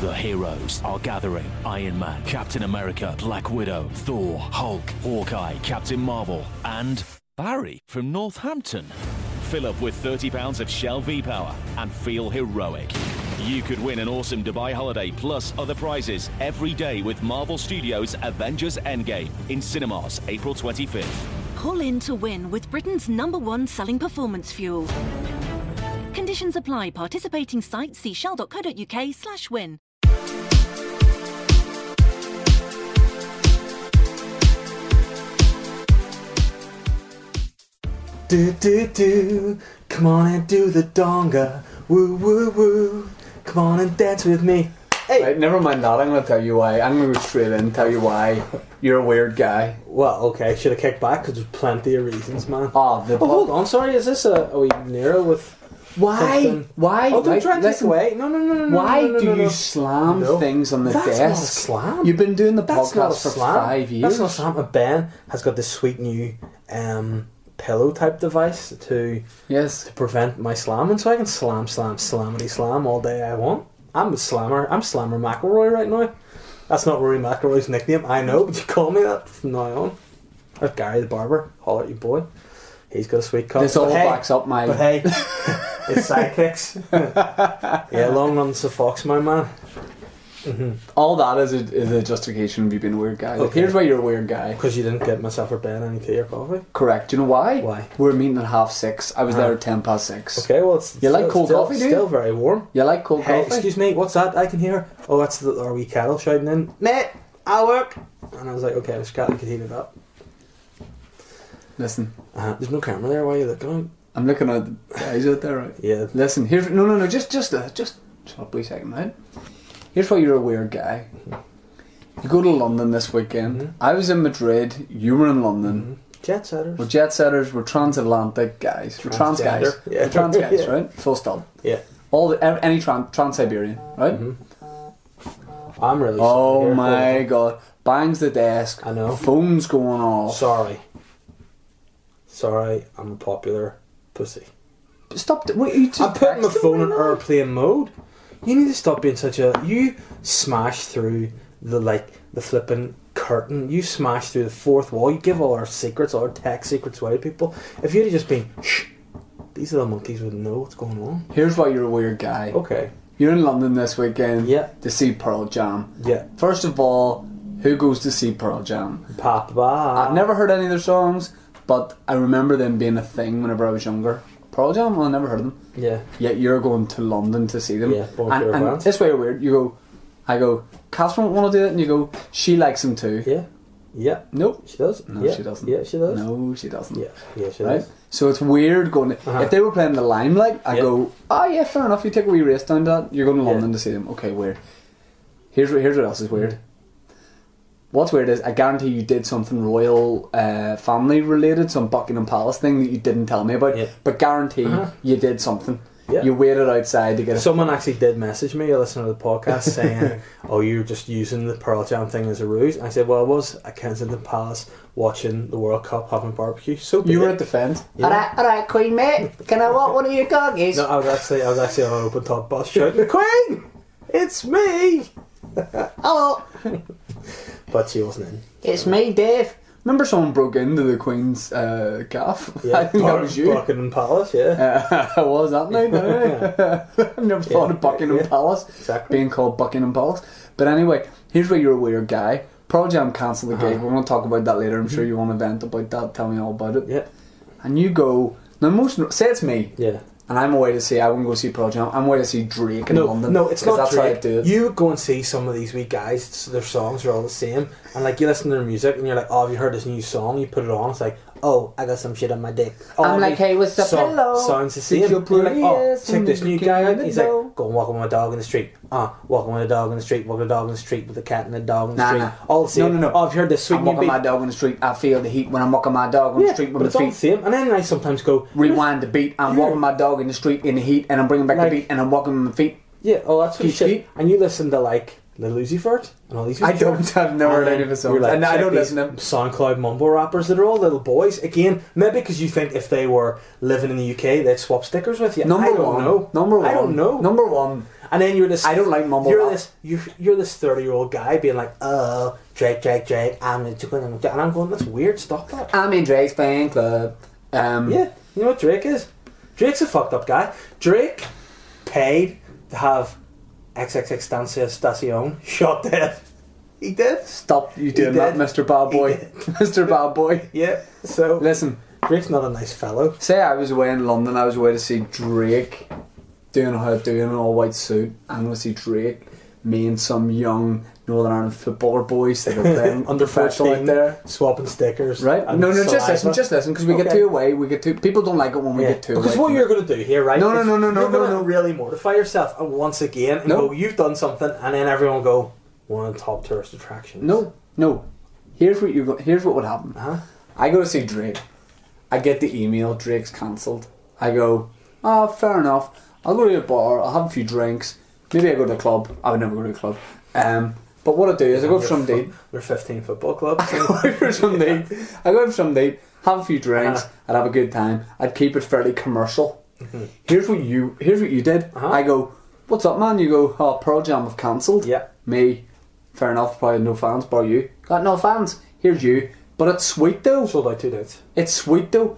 The heroes are gathering. Iron Man, Captain America, Black Widow, Thor, Hulk, Hawkeye, Captain Marvel, and Barry from Northampton. Fill up with £30 of Shell V Power and feel heroic. You could win an awesome Dubai holiday plus other prizes every day with Marvel Studios Avengers Endgame in cinemas April 25th. Pull in to win with Britain's number one selling performance fuel. Conditions apply. Participating sites see shell.co.uk slash win. Do do do, come on and do the donga. Woo woo woo, come on and dance with me. Hey, Right, never mind that. I'm going to tell you why. I'm going to go straight in and tell you why. You're a weird guy. well, okay, should have kicked back because there's plenty of reasons, man. Ah, the oh, hold on, sorry, is this a, a wee Nero with? Why? Something. Why? Oh, don't Like, try to take listen, away. No, no, no, no. no, Why no, no, do no, you no. slam No. things on the That's desk? not a slam. You've been doing the That's not a podcast for slam. five years. That's not a slam. And Ben has got this sweet new um, pillow type device to yes. to prevent my slamming, so I can slam, slam, slammity slam all day I want. I'm a slammer. I'm Slammer McElroy right now. That's not Rory McElroy's nickname, I know, but you call me that from now on. That's Gary the barber. Holler at you, boy. He's got a sweet cut. This But all hey, backs up my. But hey, it's sidekicks. yeah, long runs the fox, my man. All that is a, is a justification of you being a weird guy. Like, Okay. here's why you're a weird guy. Because you didn't get myself or Ben any tea or coffee. Correct. Do you know why? Why? We were meeting at half six. I was there Ah. at ten past six. Okay, well, it's You like it's cold still, coffee, it's do you? Still very warm. You like cold Hey, coffee? excuse me, what's that? I can hear. Oh, that's the, our wee cattle shouting in. Mate, I work. And I was like, okay, I was cattle could hear it up. Listen, Uh, there's no camera there. Why are you looking? I'm looking at the guys out there. Right? Yeah. Listen, here's no, no, no. Just, just, uh, just. Shut up, wait a second, right? Here's why you're a weird guy. You go to London this weekend. Mm-hmm. I was in Madrid. You were in London. Jet setters. We're jet setters. We're transatlantic guys. We're trans guys. Transgender. Yeah. We're trans guys, Yeah. right? Full stop. Yeah. All the, ev- any trans trans Siberian, right? Mm-hmm. I'm really sorry. Oh Here, my hold god! Bangs the desk. I know. Phones going on. off. Sorry. Sorry, I'm a popular pussy. Stop! th- What you just? I'm putting my texted phone me in now? airplane mode. You need to stop being such a. You smash through the like the flipping curtain. You smash through the fourth wall. You give all our secrets, all our tech secrets away to people. If you'd have just been, shh, these little monkeys wouldn't know what's going on. Here's why you're a weird guy. Okay. You're in London this weekend. Oh. Yeah. To see Pearl Jam. Yeah. First of all, who goes to see Pearl Jam? Papa. I've never heard any of their songs, but I remember them being a thing whenever I was younger. Pearl Jam, well, I never heard of them. Yeah. Yet you're going to London to see them. Yeah, both and, your and bands. this way weird. You go, I go, Catherine won't want to do it, and you go, she likes him too. Yeah. Yeah. Nope. She does. No, yeah. she doesn't. Yeah, she does. No, she doesn't. Yeah. Yeah, she Right? does. So it's weird going. Uh-huh. If they were playing the limelight, I Yeah. go, ah, yeah, fair enough. You take a wee race down to that. You're going to London to see them. Okay, weird. Here's what, here's what else is weird. Mm-hmm. What's weird is I guarantee you did something royal uh, family related, some Buckingham Palace thing that you didn't tell me about. Yeah. Uh-huh. But guarantee you did something. Yeah. You waited outside to get a Someone actually did message me, a listener to the podcast, saying, "Oh, you're just using the Pearl Jam thing as a ruse." And I said, "Well, I was at Kensington Palace watching the World Cup, having barbecue." So did You were it. at the fence. Yeah. all right, Queen mate. Can I want one of your corgis? No, I was actually, I was actually on an open top bus shouting, "Queen, it's me!" Hello, But she wasn't in. it's me, Dave. Remember, someone broke into the Queen's uh, gaff. I think that Bar- was you. Buckingham Palace. Yeah, Uh, was that night? I've never thought of Buckingham yeah. Palace Exactly. being called Buckingham Palace. But anyway, here's where you're a weird guy. Pearl Jam cancelled the Uh-huh. gig. We're going to talk about that later. I'm sure you want to vent about that. Tell me all about it. Mm-hmm. yeah, And you go. Now, most say it's me, yeah. and I'm away to see. I wouldn't go see Pearl Jam. I'm away to see Drake in No, London. no, it's 'cause not. That's Drake. how I do it. You go and see some of these wee guys. it's- Their songs are all the same, and like you listen to their music, and you're like, "Oh, have you heard this new song?" You put it on. It's like, "Oh, I got some shit on my dick." Oh, I'm these like, "Hey, what's up, song- hello? Sounds the Did same. you And You're like, "Oh, please check this new guy out." He's like, know? "Go and walk with my dog in the street." Ah, uh, walking with a dog in the street. Walking a dog in the street with a cat and a dog in the Nah, street. nah. All the same. No, no, no. Oh, have you heard this sweet I'm new walking my beat? dog on the street. I feel the heat when I'm walking my dog on Yeah, the street but with my it's all feet the same. And then I sometimes go, rewind the beat. I'm Yeah. walking my dog in the street in the heat, and I'm bringing back Like- the beat, and I'm walking with my feet. Yeah, oh, that's what Skeet, you said. skeet. And you listen to like Little Uzi Vert and all these. I people. don't. I've never heard And any of his you're songs, like, and I check don't these listen to him. SoundCloud mumble rappers that are all little boys. Again, maybe because you think if they were living in the UK, they'd swap stickers with you. Number I don't one. know. Number one. I don't know. Number one. and then you're this. I don't like mumble You're rap. this. You're, you're this thirty-year-old guy being like, "Oh, Drake, Drake, Drake." I'm the chicken, I'm the chicken." and I'm going, "That's weird. Stop that." I'm in Drake's fan club. Um, Yeah, you know what Drake is? Drake's a fucked up guy. Drake paid to have XXX Stacion shot dead. He did. Stop you doing He that, did. Mr. Bad He Boy. did. Mr. Bad Boy. Yeah. So Listen, Drake's not a nice fellow. say I was away in London, I was away to see Drake doing how I'm doing an all white suit. I'm going to see Drake, me and some young Northern Ireland footballer boys that are playing Under professional out 15, there. swapping stickers. Right? and No, no, just saliva. listen, just listen, because we get Okay. too away. We get too. People don't like it when we Yeah. get too Because away. what from you're it. going to do here, right? No, no, is no, no, no, you're no, gonna no. Really mortify yourself and once again and No. go, "You've done something," and then everyone will go, "One of the top tourist attractions." No, no. Here's what you go. Here's what would happen. Uh-huh. I go to see Drake. I get the email. Drake's cancelled. I go. Ah, fair enough. I'll go to a bar. I'll have a few drinks. Maybe I go to a club. I would never go to a club. Um, but what I do is I go for some date. We're 15 football club. I go for some date. I go for some date. Have a few drinks. Uh-huh. Mm-hmm. I'd have a good time. I'd keep it fairly commercial. Here's what you. Here's what you did. Uh-huh. I go. What's up, man? You go. Oh, Pearl Jam have cancelled. Yeah. Me. Fair enough. Probably no fans. Bar you. Got no fans. Here's you. But it's sweet though. Sold out two dates. It's sweet though.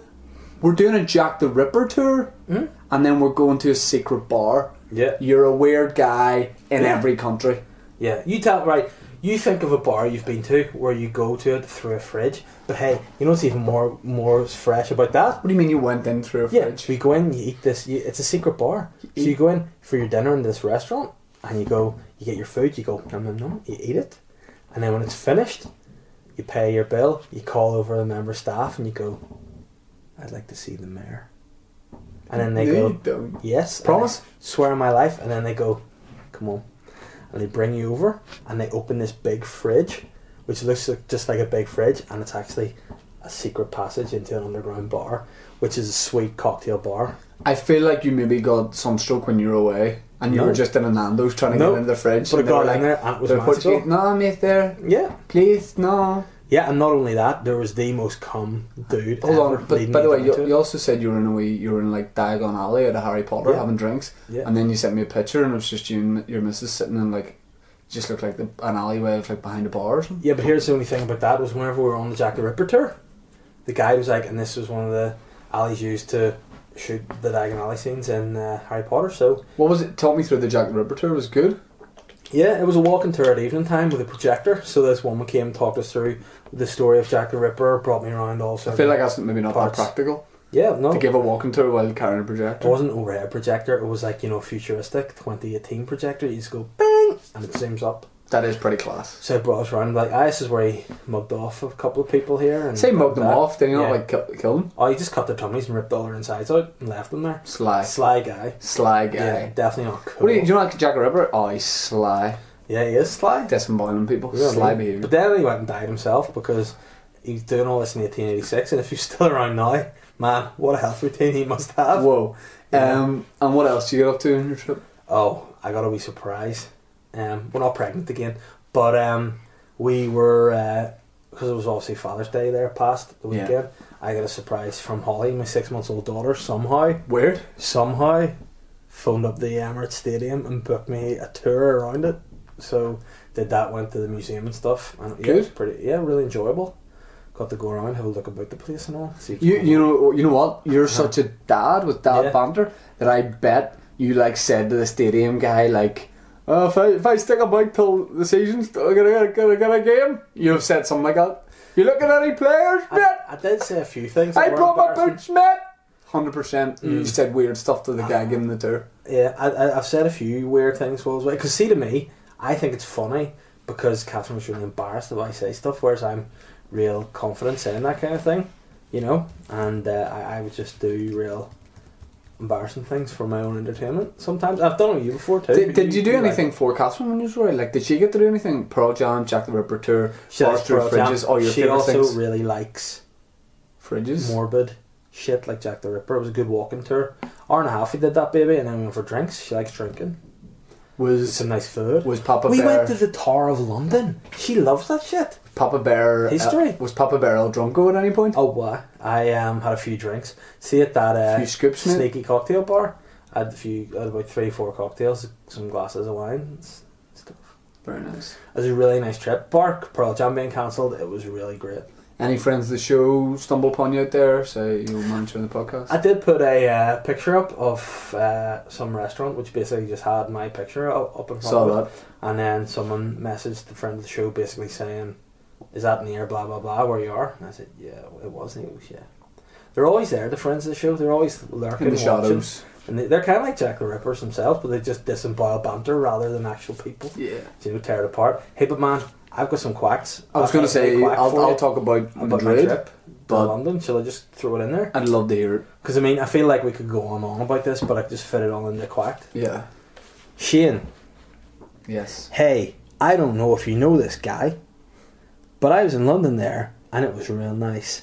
We're doing a Jack the Ripper tour, and then we're going to a secret bar. Hmm? Yeah. You're a weird guy in Yeah. every country. Yeah, you tell right. You think of a bar you've been to where you go to it through a fridge, but hey, you know what's even more more fresh about that? What do you mean you went in through a Yeah, fridge? you go in, you eat this. You, it's a secret bar, so you go in for your dinner in this restaurant, and you go, you get your food, you go nom nom nom, you eat it, and then when it's finished, you pay your bill, you call over the member staff, and you go, I'd like to see the mayor, and then they No, go, you don't. Yes. Promise? and I swear on my life. And then they go, come on. And they bring you over and they open this big fridge, which looks like, just like a big fridge. And it's actually a secret passage into an underground bar, which is a sweet cocktail bar. I feel like you maybe got some stroke when you were away, and you No. were just in a Nando's trying to No. get into the fridge. But and I they were got in like, there and it was "They're put you- magical." No, mate, there. Yeah. Please, no. Yeah, and not only that, there was the most cum dude. Hold ever on, but leading by the me way, down to you, it. you also said you were in a wee, you were in like Diagon Alley at a Harry Potter Yeah. having drinks, Yeah. and then you sent me a picture, and it was just you and your missus sitting in like, just looked like the, an alleyway of like behind a bar or something. Yeah, but here's the only thing about that was whenever we were on the Jack the Ripper tour, the guy was like, and this was one of the alleys used to shoot the Diagon Alley scenes in uh, Harry Potter, so What was it? Talk me through the Jack the Ripper tour. It was good. Yeah, it was a walking tour at evening time with a projector. So this woman came and talked us through the story of Jack the Ripper, brought me around also. I feel like that's maybe not that Parts. Oh. practical yeah, no, to it give a walking tour while carrying a projector. wasn't a red projector. It was like you know futuristic 2018 projector. You just go bang and it zooms up. That is pretty class. So it brought us around like ah, this is where he mugged off a couple of people here and Say mug them that. off, then you not Yeah. like kill, kill them. Oh, he just cut their tummies and ripped all their insides out and left them there. Sly, sly, Sly guy. guy. Yeah, definitely not cool. What do you, do you not like Jack the Ripper? Oh, he's sly, Yeah, he is sly. disemboweling people, Yeah, sly man. behaviour. But then he went and died himself because he was doing all this in 1886, and if he's still around now, man, what a health routine he must have. Whoa. Yeah. Um, and what else do you get up to in your trip? Oh, I got a wee surprise. Um, we're not pregnant again, but um, we were because it was obviously Father's Day there past the Yeah. weekend. I got a surprise from Holly, my six months old daughter. Somehow, Weird. somehow, phoned up the Emirates Stadium and booked me a tour around it. So did that, went to the museum and stuff. And yeah, it was Good. pretty, yeah, really enjoyable. Got to go around, have a look about the place and all. See if You you know you know what? You're such a dad with dad Uh-huh. Yeah. banter that I bet you like said to the stadium guy like, oh, if I if I stick a bike till the season's gonna gonna gonna get a game, you've said something like that. You look at any players, I, mate? I did say a few things. that I were brought my embarrassing. boots, mate. Hundred percent. Mm. You said weird stuff to the Ah. guy giving the tour. Yeah, I, I, I've said a few weird things. Well, because see, to me, I think it's funny because Catherine was really embarrassed if I say stuff, whereas I'm real confident saying that kind of thing, you know. And uh, I, I would just do real embarrassing things for my own entertainment. Sometimes I've done it with you before too. Did, but did you do like- anything for Catherine when you was away? Like, did she get to do anything? Pearl Jam, Jack the Ripper tour, She bars likes through Pearl Jam. fridges, all your She favorite also things. really likes fridges. morbid shit like Jack the Ripper. It was a good walking tour. Hour and a half we did that, baby, and then we went for drinks. She likes drinking. was Some nice food. was Papa we Bear. went to the Tower of London. She loves that shit. Papa Bear uh, History. was Papa Bear all drunko at any point? Oh, wow. I um, had a few drinks. See, at that uh, Few scoops, mate. sneaky cocktail bar, I had a few, I had about three, four cocktails, some glasses of wine. and s- Stuff. Very nice. It was a really nice trip. Bar Pearl Jam being cancelled, it was really great. Any friends of the show stumble upon you out there? Say you mention the podcast. I did put a uh, picture up of uh, some restaurant, which basically just had my picture up, up in front Saw of it. that. And then someone messaged the friend of the show basically saying, Is that near blah blah blah where you are? And I said, Yeah, it was. And he goes, Yeah. They're always there, the friends of the show. They're always lurking. In the watching. shadows. And they, they're kind of like Jack the Rippers themselves, but they just disembowel banter rather than actual people. Yeah. You know, tear it apart. Hey, but man, I've got some quacks. I was I've going got to a big say, quack I'll, for I'll you talk about about my Madrid, trip to but London. Shall I just throw it in there? I'd love to hear it. Because I mean, I feel like we could go on and on about this, but I just fit it all into quacked. Yeah. Shane, Yes. hey, I don't know if you know this guy, but I was in London there and it was real nice.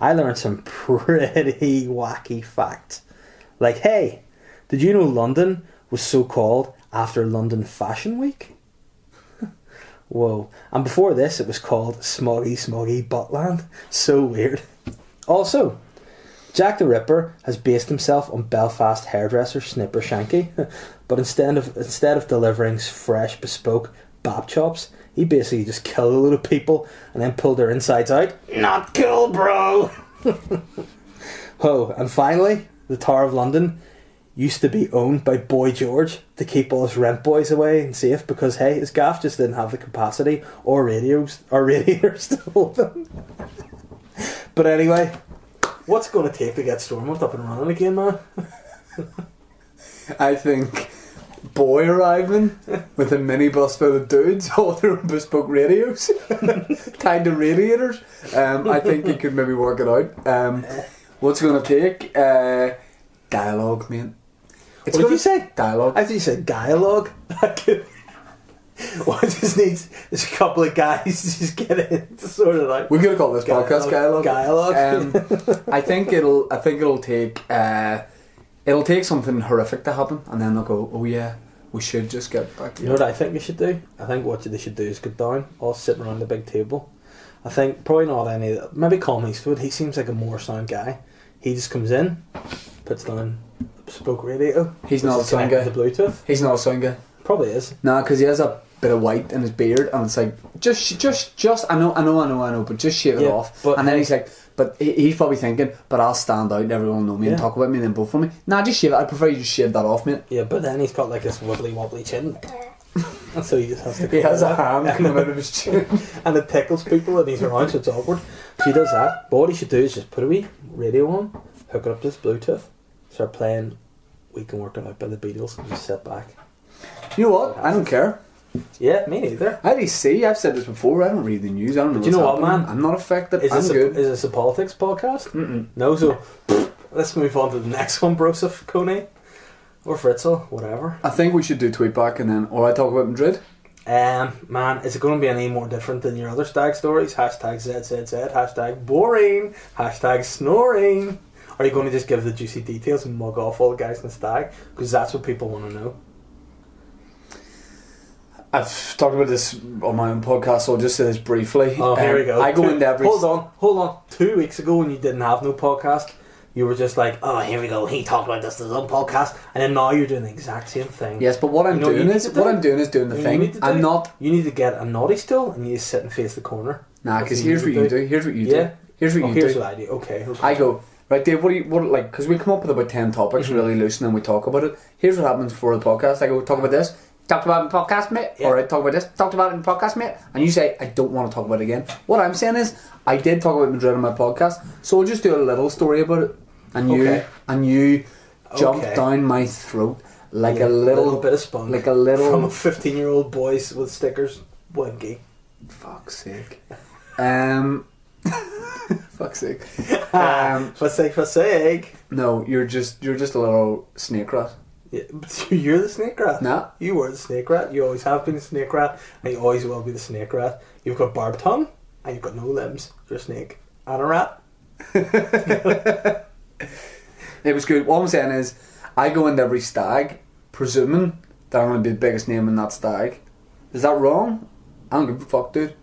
I learned some pretty wacky facts. Like, hey, did you know London was so called after London Fashion Week? Whoa. And before this, it was called Smoggy Smoggy Buttland. So weird. Also, Jack the Ripper has based himself on Belfast hairdresser Snipper Shanky, but instead of instead of delivering fresh bespoke bab chops, he basically just killed a load of people and then pulled their insides out. Not cool, bro. oh, and finally, the Tower of London used to be owned by Boy George to keep all his rent boys away and safe because hey, his gaff just didn't have the capacity or radios or radiators to hold them. but anyway. What's going to take to get Stormont up and running again, man? I think boy arriving with a minibus full of dudes, all their own bespoke radios, kind of radiators. Um, I think you could maybe work it out. Um, what's going to take? Uh, dialogue, man. What It's did gonna- you say? Dialogue. I think you said dialogue. what just needs is a couple of guys to just get in to sort it out. We're gonna call this podcast Dialogue. dialogue. Dialogue. Um, I think it'll. I think it'll take. Uh, it'll take something horrific to happen, and then they'll go, "Oh yeah, we should just get back." You know what I think we should do? I think what they should do is get down, all sitting around the big table. I think probably not any. Maybe Colin Eastwood. He seems like a more sound guy. He just comes in, puts down a spoke radio. He's not which is a sound connected to Bluetooth. He's not a sound guy. Probably is. Nah, because he has a bit of white in his beard, and it's like just, just, just. I know, I know, I know, I know, but just shave it Yeah, off. but- and then he's like, but he- he's probably thinking, but I'll stand out, and everyone will know me and Yeah. talk about me, and then both for me. Nah, just shave it. I prefer you just shave that off, mate. Yeah, but then he's got like this wobbly wobbly chin. And so he just has to He has a cover ham it up. coming out of his chin. and it tickles people and he's around so it's awkward. So he does that. But what he should do is just put a wee radio on, hook it up to his Bluetooth, start playing We Can Work It Out by the Beatles and just sit back. You know what? I don't care. Yeah, me neither. I already see. I've said this before. I don't read the news. I don't know. But you what's know what, happening. man? I'm not affected. Is I'm this, good. A, is this a politics podcast? Mm-mm. No, so let's move on to the next one, Broseph Kone. Or Fritzl, whatever. I think we should do tweet back and then, or I talk about Madrid. Um, man, is it going to be any more different than your other stag stories? Hashtag ZZZ, hashtag boring, hashtag snoring. Are you going to just give the juicy details and mug off all the guys in the stag? Because that's what people want to know. I've talked about this on my own podcast, so I'll just say this briefly. Oh, here Um, we go. I go Two- into every. Hold on, hold on. Two weeks ago when you didn't have no podcast, you were just like, oh, here we go, he talked about this in his own podcast. And then now you're doing the exact same thing. Yes, but what I'm You know what doing you need is to do? what I'm doing is doing the You know what you need thing. to do? I'm not You need to get a naughty stool and you just sit and face the corner. nah. That's Because here's what you need to do. Here's what you Yeah. do. Here's what Oh, you here's do. what I do. Okay. okay. I go right, Dave. What do you what like? Because we come up with about ten topics Mm-hmm. really loose, and then we talk about it. Here's what happens before the podcast. I go talk about this. Talked about it in podcast, mate. Yeah. All right, talk about this. Talked about it in podcast, mate. And you say I don't want to talk about it again. What I'm saying is I did talk about Madrid on my podcast, so I'll just do a little story about it. And you Okay. and you jump Okay. down my throat like Yeah, a little, bit of spunk, like a little from a fifteen-year-old boys with stickers wanky. Fuck's sake. Um. fuck's sake. Um, Um, for sake, for sake. no, you're just you're just a little snake rat. Yeah, but You're the snake rat. Nah. You were the snake rat. You always have been the snake rat, and you always will be the snake rat. You've got barbed tongue, and you've got no limbs. You're a snake and a rat. It was good. What I'm saying is, I go into every stag presuming that I'm going to be the biggest name in that stag. Is that wrong? I don't give a fuck, dude.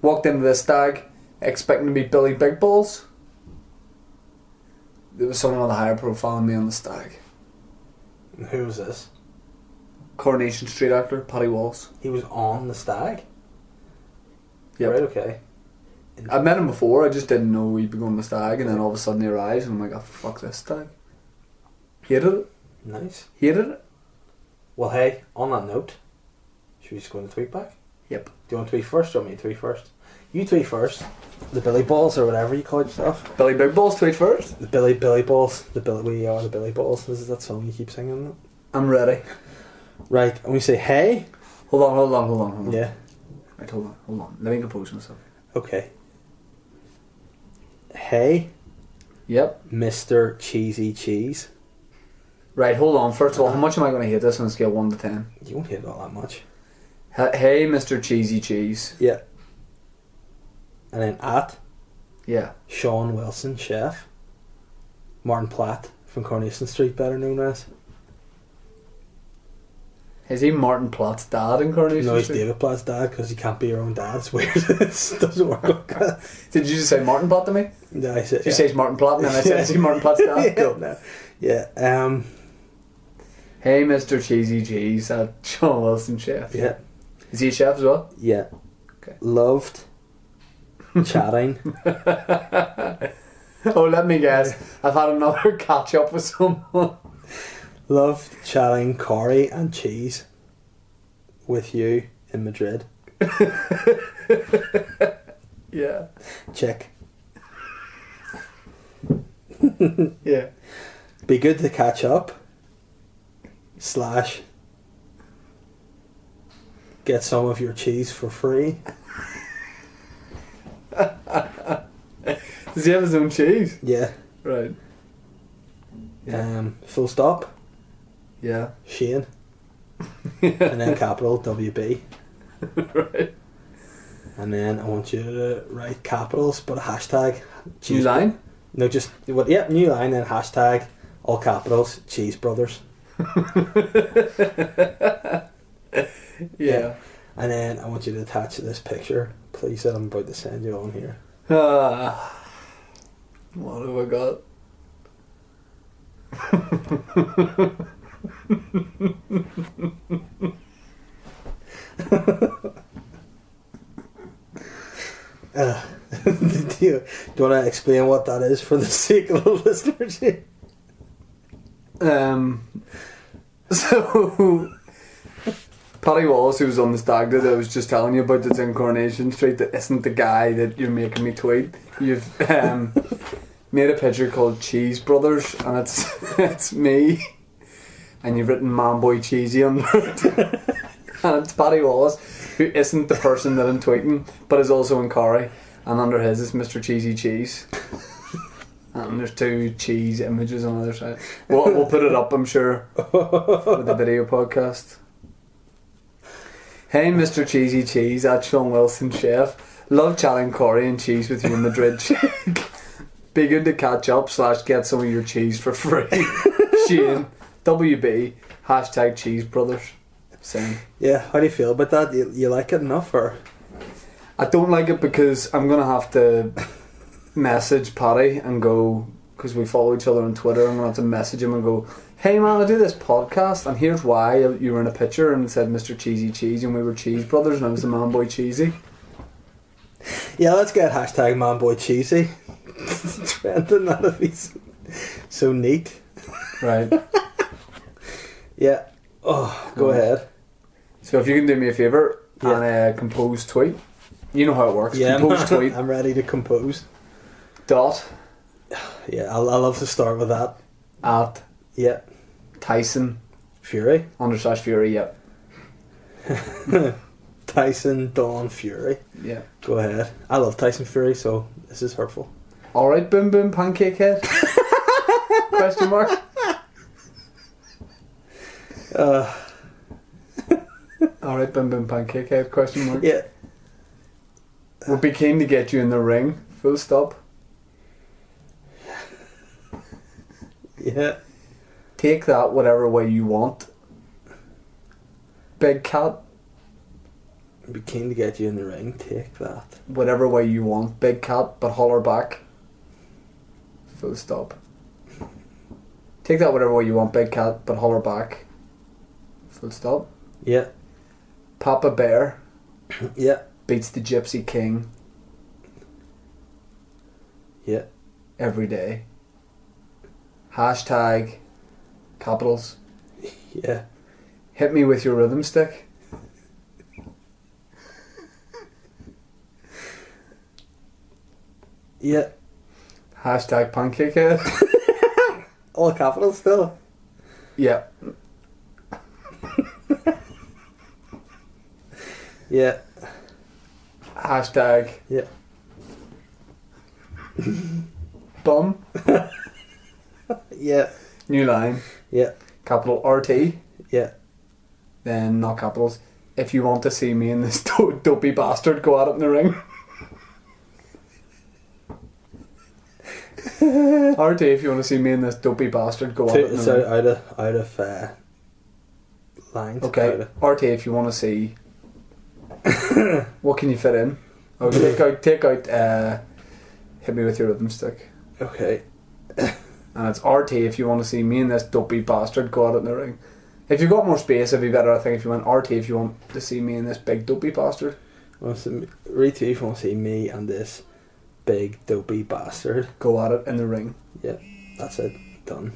Walked into this stag expecting to be Billy Big Balls. There was someone with a higher profile than me on the stag. Who was this? Coronation Street actor, Paddy Walls. He was on the stag. Yep. Right. Okay. I met him before, I just didn't know he'd be going to stag, and then all of a sudden he arrives, and I'm like, oh, fuck this stag. Hated it. Nice. Hated it. Well, hey. On that note, should we just go into tweet back? Yep. Do you want to tweet first? Or do you want me to tweet first? You tweet first. The Billy Balls or whatever you call yourself. Billy Big Balls tweet first. The Billy Billy Balls. The Billy we are the Billy Balls. This is that song you keep singing. isn't it? I'm ready. Right, and we say hey. Hold on, hold on, hold on, hold on. Yeah. Right, hold on, hold on. Let me compose myself. Okay. Hey, Yep. Mister Cheesy Cheese. Right, hold on. First of all, how much am I going to hate this on a scale of 1 to 10? You won't hear it all that much. H- Hey, Mr. Cheesy Cheese. Yeah. And then at Yeah. Sean Wilson, chef. Martin Platt from Coronation Street, better known as. Is he Martin Platt's dad in Coronation No, he's Street? David Platt's dad because you can't be your own dad. It's weird. it doesn't work like that. Did you just say Martin Platt to me? No, I said, You say it's Martin Platt, and then I said, is he Martin Platt's dad? yeah, Cool. no. yeah. Um, Hey, Mr. Cheesy Cheese, that John Wilson chef. yeah. Is he a chef as well? Yeah. Okay. Loved chatting. Oh, let me guess. I've had another catch up with someone. Loved chatting Corey and Cheese with you in Madrid. Yeah. Check. Yeah. Be good to catch up. Slash. Get some of your cheese for free. Does he have his own cheese? Yeah. Right. Yeah. Um, full stop. Yeah. Shane. and then capital WB. right. And then I want you to write capitals, but a hashtag. New Cheese- line? No, just what? Yep, new line and hashtag all capitals Cheese Brothers, Yeah. and then I want you to attach this picture, please, that I'm about to send you on here. Ah. what have I got? Uh, do you, do you want to explain what that is for the sake of the listeners? here? Um, so, Paddy Wallace, who was on the stag that I was just telling you about that's in Coronation Street, that isn't the guy that you're making me tweet. You've um, made a picture called Cheese Brothers, and it's it's me, and you've written Man Boy Cheesy under it. and it's Paddy Wallace, who isn't the person that I'm tweeting, but is also in Corrie, and under his is Mr. Cheesy Cheese. And Um, there's two cheese images on the other side. We'll, we'll put it up, I'm sure, with the video podcast. Hey, Mr. Cheesy Cheese, at Sean Wilson Chef. Love chatting Corey and cheese with you in Madrid. Chick. Be good to catch up, slash, get some of your cheese for free. Shane, WB, hashtag cheese brothers. Same. Yeah, how do you feel about that? You, you like it enough, or I don't like it because I'm gonna have to message Patty and go because we follow each other on Twitter. I'm gonna have to message him and go, "Hey man, I do this podcast, and here's why you were in a picture and it said Mr. Cheesy Cheese, and we were Cheese Brothers, and I was the man boy Cheesy." yeah, let's get hashtag manboy cheesy trending. That'd be so, so neat. Right. Yeah. Oh, go Mm. ahead. so if you can do me a favor Yeah. and uh, compose tweet, you know how it works. Yeah, compose tweet. I'm, I'm ready to compose. Dot Yeah, I'll, I'll love to start with that. at Yeah, Tyson Fury. under slash Fury. Yep. Tyson Dawn Fury. Yeah. Go ahead. I love Tyson Fury, so this is hurtful. All right, boom boom pancake head. Question mark. Uh, All right, boom boom pancake head. Question mark. yeah. We'll be keen to get you in the ring. Full stop. Yeah. Take that whatever way you want. big cat. I'd be keen to get you in the ring. Take that. Whatever way you want, big cat, but holler back. Full stop. Take that whatever way you want, big cat, but holler back. Full stop. Yeah, Papa Bear yeah, beats the Gypsy King yeah. every day. Hashtag capitals. Yeah. Hit me with your rhythm stick. Yeah. Hashtag pancake head. All capital still. yeah. Yeah. Hashtag Yeah. bum. Yeah. New line. Yeah. Capital RT. Yeah. Then not capitals. If you want to see me in this do- dopey bastard, go at it in the ring. RT, if you want to see me in this dopey bastard, go at it in Two, the so ring. out of out of uh, lines. Out Okay, of- RT, if you want to see, what can you fit in? Oh, take out, take out, uh, hit me with your rhythm stick. okay. And it's RT if you want to see me and this dopey bastard go at it in the ring. If you've got more space, it'd be better, I think, if you went RT if you want to see me and this big dopey bastard. Wants to retweet if you want to see me and this big dopey bastard. Go at it in the ring. Yeah. That's it. Done.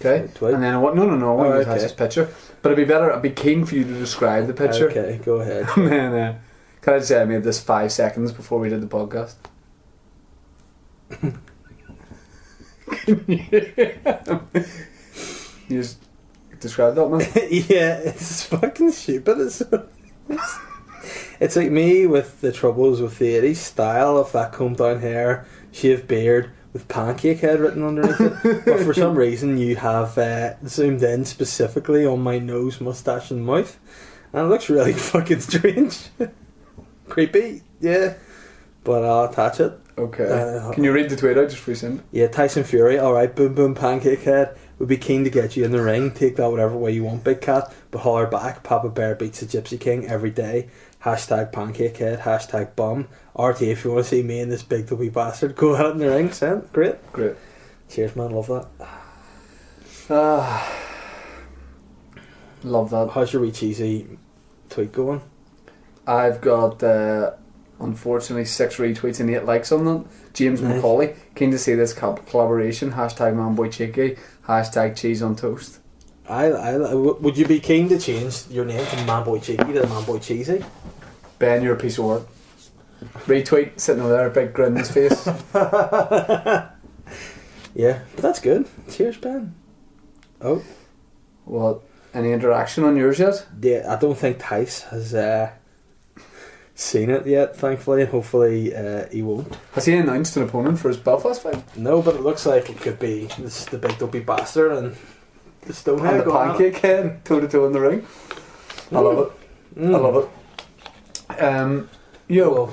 Okay? So twig. And then I went, no, no, no, I want Oh, you to okay. have this picture. But it'd be better, I'd be keen for you to describe the picture. Okay. Go ahead. And then, uh, can I just say I made this five seconds before we did the podcast? you just describe that, man? yeah, it's fucking stupid. It's, it's, it's like me with the troubles with the 80s style of that combed down hair, shaved beard, with pancake head written underneath it. but for some reason, you have uh, zoomed in specifically on my nose, mustache, and mouth. And it looks really fucking strange. Creepy, yeah. But I'll attach it. Okay. Uh, Can you read the tweet out just for a second? Yeah, Tyson Fury. All right, boom, boom, pancake head. We'd be keen to get you in the ring. Take that whatever way you want, big cat. But holler back. Papa Bear beats the Gypsy King every day. Hashtag pancake head. Hashtag bum. RT, if you want to see me and this big dopey bastard, go out in the ring. Sent. Great. Great. Cheers, man. Love that. Ah, love that. Um, How's your wee cheesy tweet going? I've got uh, unfortunately six retweets and eight likes on them. James Nice. Macaulay, keen to see this co- collaboration. Hashtag manboy cheeky. Hashtag cheese on toast. I, I, w- would you be keen to change your name from Manboy Cheeky to Manboy Cheesy? Ben, you're a piece of work. Retweet sitting over there, big grin on his face. Yeah, but that's good. Cheers, Ben. Oh. what? Any interaction on yours yet? Yeah, I don't think Tice has uh, seen it yet, thankfully, and hopefully uh, he won't. Has he announced an opponent for his Belfast fight? No, but it looks like it could be this the big dopey bastard and the stonehead and the pancake head, toe to toe in the ring. I love it. Mm. I love Hmm. it. Um, yo,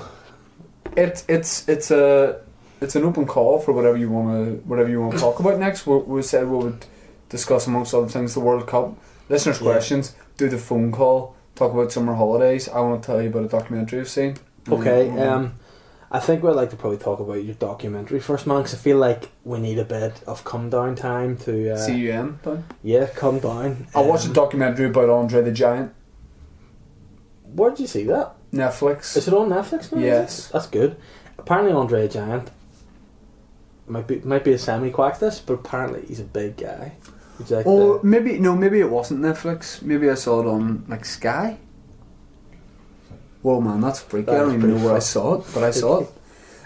it, it's it's a it's an open call for whatever you want to whatever you want to talk about next. We, we said we would discuss amongst other things the World Cup, listeners' Yeah. questions, do the phone call, talk about summer holidays. I want to tell you about a documentary I've seen. Okay, Mm. um, I think we'd like to probably talk about your documentary first, man, 'cause I feel like we need a bit of come down time to. Uh, CUM. Done. Yeah, come down. I watched a Um, documentary about Andre the Giant. Where did Um, you see that? Netflix. Is it on Netflix now? is it? Yes. That's good. Apparently Andre the Giant might be might be a semi quack this, but apparently he's a big guy. Would you like Or to- Oh, maybe no, maybe it wasn't Netflix. Maybe I saw it on like Sky. Whoa, man, that's freaky! I That don't is even know pretty where I fu- saw it, but I saw it.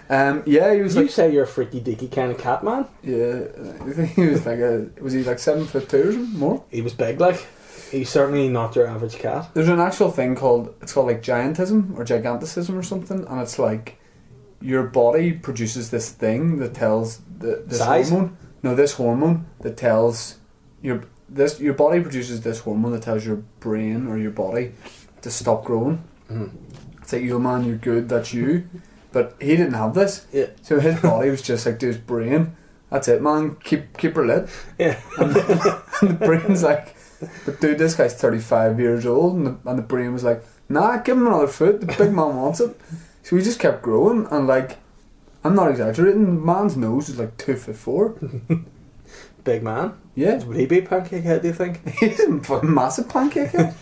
Um, yeah, he was you like, say you're a freaky deaky kind of cat man. yeah, I think he was like, a, was he like seven foot two or something more? He was big like he's certainly not your average cat. There's an actual thing called it's called like giantism or giganticism or something, and it's like your body produces this thing that tells the, this Size? hormone. No, this hormone that tells your this your body produces this hormone that tells your brain or your body to stop growing. Mhm. It's like, yo man, you're good, that's you. But he didn't have this, Yeah. so his body was just like to his brain. That's it, man. Keep keep her lit. Yeah. And the brain's like, But dude, this guy's 35 years old, and the, and the brain was like, nah, give him another foot. The big man wants it. So he just kept growing, and like, I'm not exaggerating. The man's nose is like two foot four. Big man. Yeah, Would he be pancake head, do you think? he's a fucking massive pancake. head.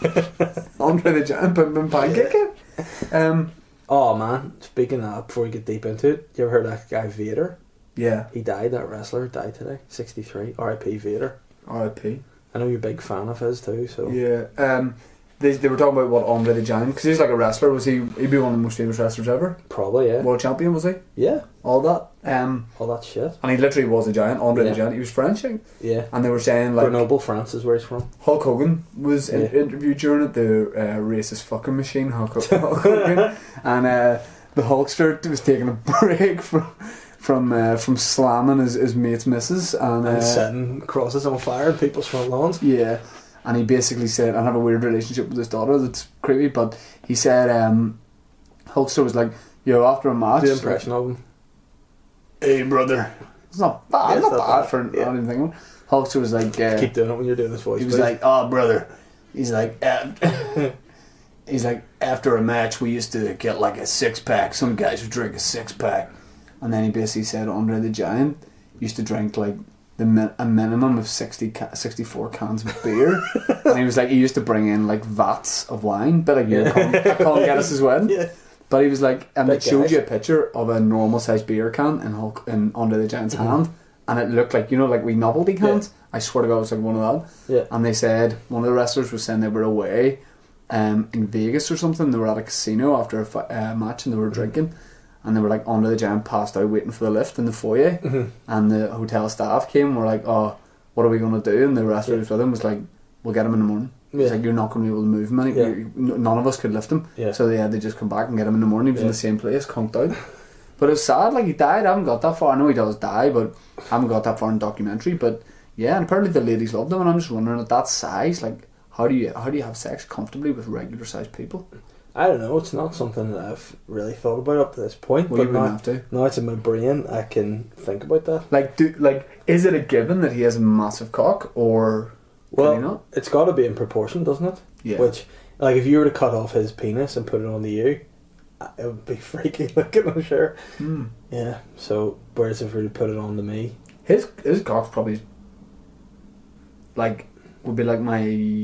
Andre the Giant, bim bim pancake. head. Um, Oh man, speaking of that, before we get deep into it, you ever heard of that guy Vader? yeah, He died, that wrestler died today, 63. RIP Vader. R.I.P. I know you're a big fan of his too, so. Yeah. Um, they, they were talking about what Andre the Giant because he's like a wrestler. Was he? He'd be one of the most famous wrestlers ever. Probably, yeah. World champion was he? Yeah, All that. Um, all that shit. and he literally was a giant. Andre Yeah. the Giant. He was French. I think. Yeah. And they were saying like Grenoble, France is where he's from. Hulk Hogan was in, Yeah. interviewed during it, the uh, racist fucking machine Hulk, Hulk Hogan, and uh, the Hulkster was taking a break from from uh, from slamming his, his mate's missus and, uh, And setting crosses on fire in people's front lawns. yeah, and he basically said, "I have a weird relationship with his daughter. That's creepy." But he said, um, Hulkster was like, "Yo, after a match, The impression of him. hey brother, it's not bad, Yeah, it's not, not bad, bad. for Yeah. not even thinking." Hulkster was like, uh, Keep doing it when you're doing this voice. He was please. like, "Oh, brother," he's like, "af- he's like, after a match, we used to get like a six pack. Some guys would drink a six pack, and then he basically said Andre the Giant used to drink like the min- a minimum of 60 ca- 64 cans of beer, and he was like, he used to bring in like vats of wine, but like you yeah. come, come get us as well. Yeah. But he was like, and Big it showed guy. you a picture of a normal sized beer can in Hulk in Andre the Mm-hmm. Giant's hand, and it looked like you know like we novelty cans. I swear to God, it was like one of that Yeah. and they said one of the wrestlers was saying they were away um, in Vegas or something. They were at a casino after a fi- uh, match and they Mm-hmm. were drinking, and they were like under the giant passed out waiting for the lift in the foyer, Mm-hmm. and the hotel staff came and were like, "Oh, what are we going to do?" And the wrestler who was with him was like, "We'll get him in the morning." He's Yeah. like, "You're not going to be able to move him. Any- Yeah. you- you- n- none of us could lift him." Yeah. So they had to just come back and get him in the morning. He was in Yeah. the same place, conked out. But it was sad, like he died. I haven't got that far. I know he does die, but I haven't got that far in documentary. But yeah, and apparently the ladies loved him, and I'm just wondering at that size, like how do you how do you have sex comfortably with regular sized people? I don't know. It's not something that I've really thought about up to this point. Well, you but wouldn't now, have to. now it's in my brain. I can think about that. Like do like is it a given that he has a massive cock or Well, can he not? it's got to be in proportion, doesn't it? Yeah. Which, like, if you were to cut off his penis and put it on the you, uh, it would be freaky looking. I'm sure. Hmm. Yeah. So, whereas if we were to put it on to me, His his cock's probably like would be like my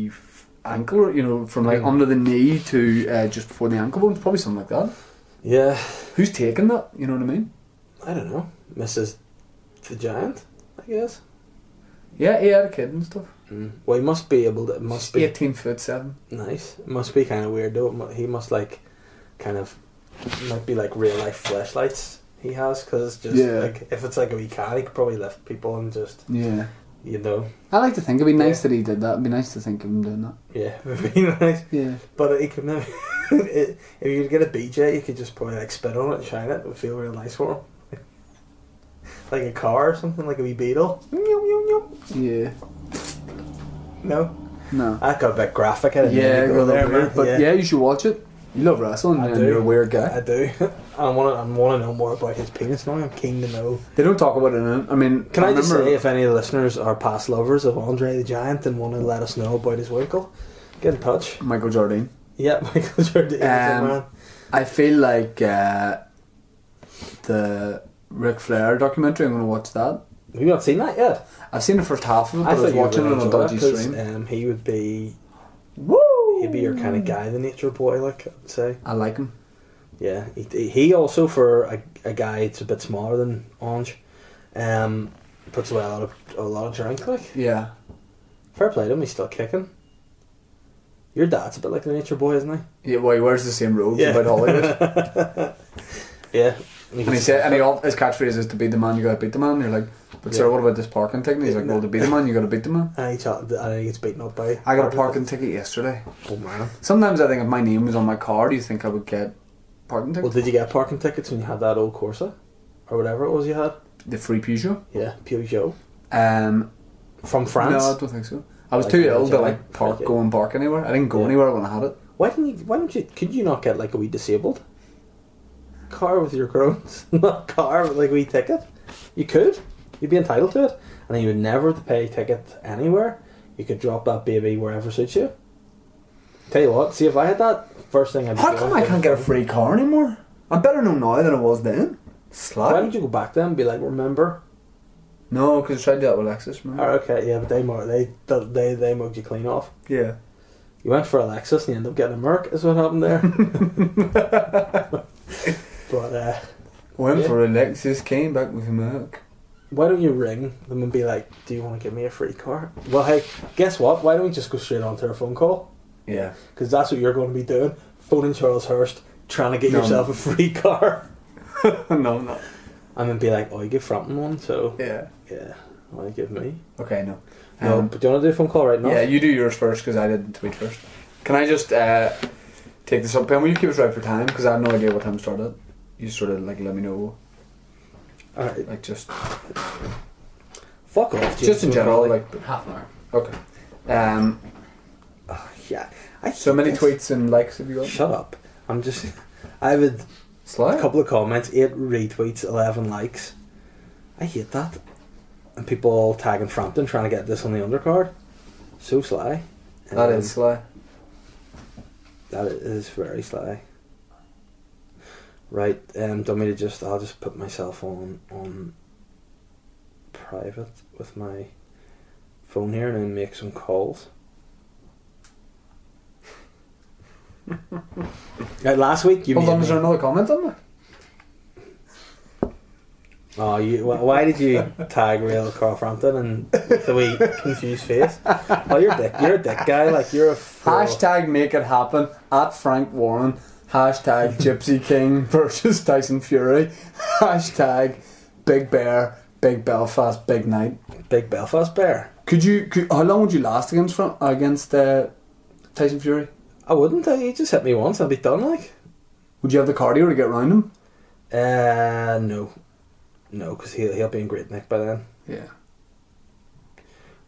f- ankle, you know, from like Mm. under the knee to uh, just before the ankle bone, probably something like that. yeah, Who's taking that? You know what I mean? I don't know, Mrs. the Giant, I guess. Yeah, he had a kid and stuff. Mm. Well, he must be able to. It must be Eighteen foot seven. nice. It must be kind of weird though. It mu- He must like, kind of, might be like real life flashlights he has because just Yeah. like if it's like a wee cat, he could probably lift people and just Yeah. you know. I like to think it'd be nice Yeah. that he did that. It'd be nice to think of him doing that. Yeah, it would be nice. Yeah. But it could never. it, if you could get a BJ, you could just probably like spit on it and shine it. It would feel real nice for him. like a car or something, like a wee beetle. Yeah. No, No. I got a bit graphic. I didn't mean Yeah, to go there, man. But yeah. you should watch it. You love wrestling, I and do. you're a weird guy. I do. I want to. I want to know more about his penis now. I'm keen to know. They don't talk about it. In, I mean, Can I, just remember- say, if any listeners are past lovers of Andre the Giant and want to let us know about his winkle, get in touch. Michael Jardine? Yeah, Michael Jordan. Um, man. I feel like uh, the Ric Flair documentary. I'm going to watch that. Have you not seen that yet? I've seen the first half of it, but I, thought was you would watching it really on a enjoy dodgy 'cause, stream. Um, he would be Woo! he'd be your kind of guy, the nature boy, like I'd say. I like him. Yeah, he, he also for a, a guy that's a bit smaller than Ange, um, puts away a lot of a lot of drink. Like Yeah. fair play to him, he's still kicking. Your dad's a bit like the nature boy, isn't he? Yeah. Well, he wears the same robe Yeah. about Hollywood. Yeah. And he said, and he, al- his catchphrase is to beat the man, you gotta beat the man. And you're like, but sir, Yeah. what about this parking ticket? And he's like, well, to beat the man, you gotta beat the man. and he, ta- and he gets beaten up by. I got a parking ticket yesterday. Oh man. Sometimes I think if my name was on my car, do you think I would get parking Well, tickets? did you get parking tickets when you had that old Corsa, or whatever it was you had? the free Peugeot? Yeah, Peugeot Um, from France. No, I don't think so. I was Like, too yeah, ill to yeah. like park, Okay. go and park anywhere. I didn't go Yeah. anywhere when I had it. Why didn't you? Why don't you? Could you not get like a wee disabled car with your groans? not car, but like a wee ticket. You could. You'd be entitled to it, and then you would never have to pay a ticket anywhere. you could drop that baby wherever suits you. Tell you what, see if I had that first thing. I'd How do- come I can't get a free car anymore? I'm better known now than I was then. Why Slack. don't you go back then and be like, remember? No, because I tried to do that with Lexus, remember? Oh, okay, yeah, but they mor- they they they mugged you clean off. Yeah. You went for a Lexus and you ended up getting a Merc. Is what happened there. but uh, Went Yeah. for a Lexus, came back with a Merc. why don't you ring them and be like, do you want to give me a free car? Well, hey, guess what? Why don't we just go straight on to a phone call? Yeah. Because that's what you're going to be doing. Phoning Charles Hurst, trying to get No. yourself a free car. no, no. And then be like, oh, you give Frampton one, so Yeah. yeah, why give me? Okay, no. No, Um, but do you want to do a phone call right now? Yeah, you do yours first because I didn't tweet first. Can I just uh, take this up? Ben, will you keep us right for time? Because I have no idea what time started. You sort of like let me know, All right. like just Fuck off. James just in general, like Half an hour. okay. Um, yeah. I so many hate this. tweets and likes have you got? Shut up. I'm just. I have a Sly. couple of comments, eight retweets, eleven likes. I hate that. And people all tagging Frampton trying to get this on the undercard. So sly. That Um, is Sly. That is very sly. Right, um, do you want me to just? I'll just put myself on on private with my phone here and then make some calls. right, last week you. Hold made on, me- is there another comment on that? Oh, you, wh- why did you tag real Carl Frampton and with the wee confused face? Well, you're a dick. You're a dick guy. Like you're a fool. Hashtag make it happen at Frank Warren. Hashtag Gypsy King versus Tyson Fury. Hashtag Big Bear, Big Belfast, Big Night. big Belfast bear. Could you? Could, how long would you last against Fra- against uh, Tyson Fury? I wouldn't. uh, You just hit me once. I'd be done. Like. Would you have the cardio to get round him? Uh, no, no, because he'll he'll be in great nick by then. Yeah.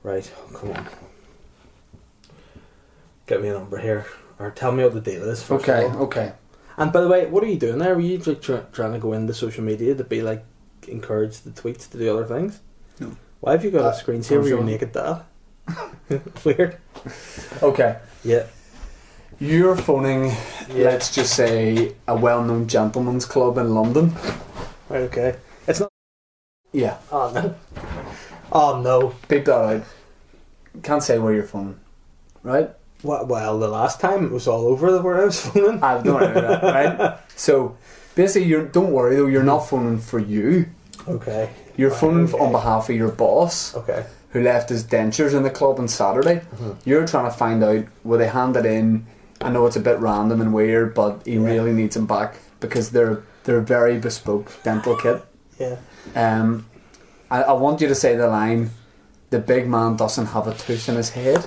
Right, oh, come on, get me a number here, or tell me what the deal is. First Okay. Of all. Okay. And by the way, what are you doing there? Were you like, try, trying to go into social media to be like encourage the tweets to do other things? No. Why have you got Uh, a screen saver I'm with your sure. naked dad? Weird. Okay. Yeah. You're phoning. Yeah. Let's just say a well-known gentleman's club in London. Right. Okay. It's not. Yeah. Oh no. Oh no. Beep that out. Can't say where you're phoning. Right. Well, well, the last time it was all over the where I was phoning. I've no idea that, right? So basically, you don't worry though. You're not phoning for you. Okay. You're Right, phoning okay. on behalf of your boss, Okay. who left his dentures in the club on Saturday. You're trying to find out were they handed in. I know it's a bit random and weird, but he really needs them back because they're they're very bespoke dental kit. Yeah. Um, I, I want you to say the line: "The big man doesn't have a tooth in his head."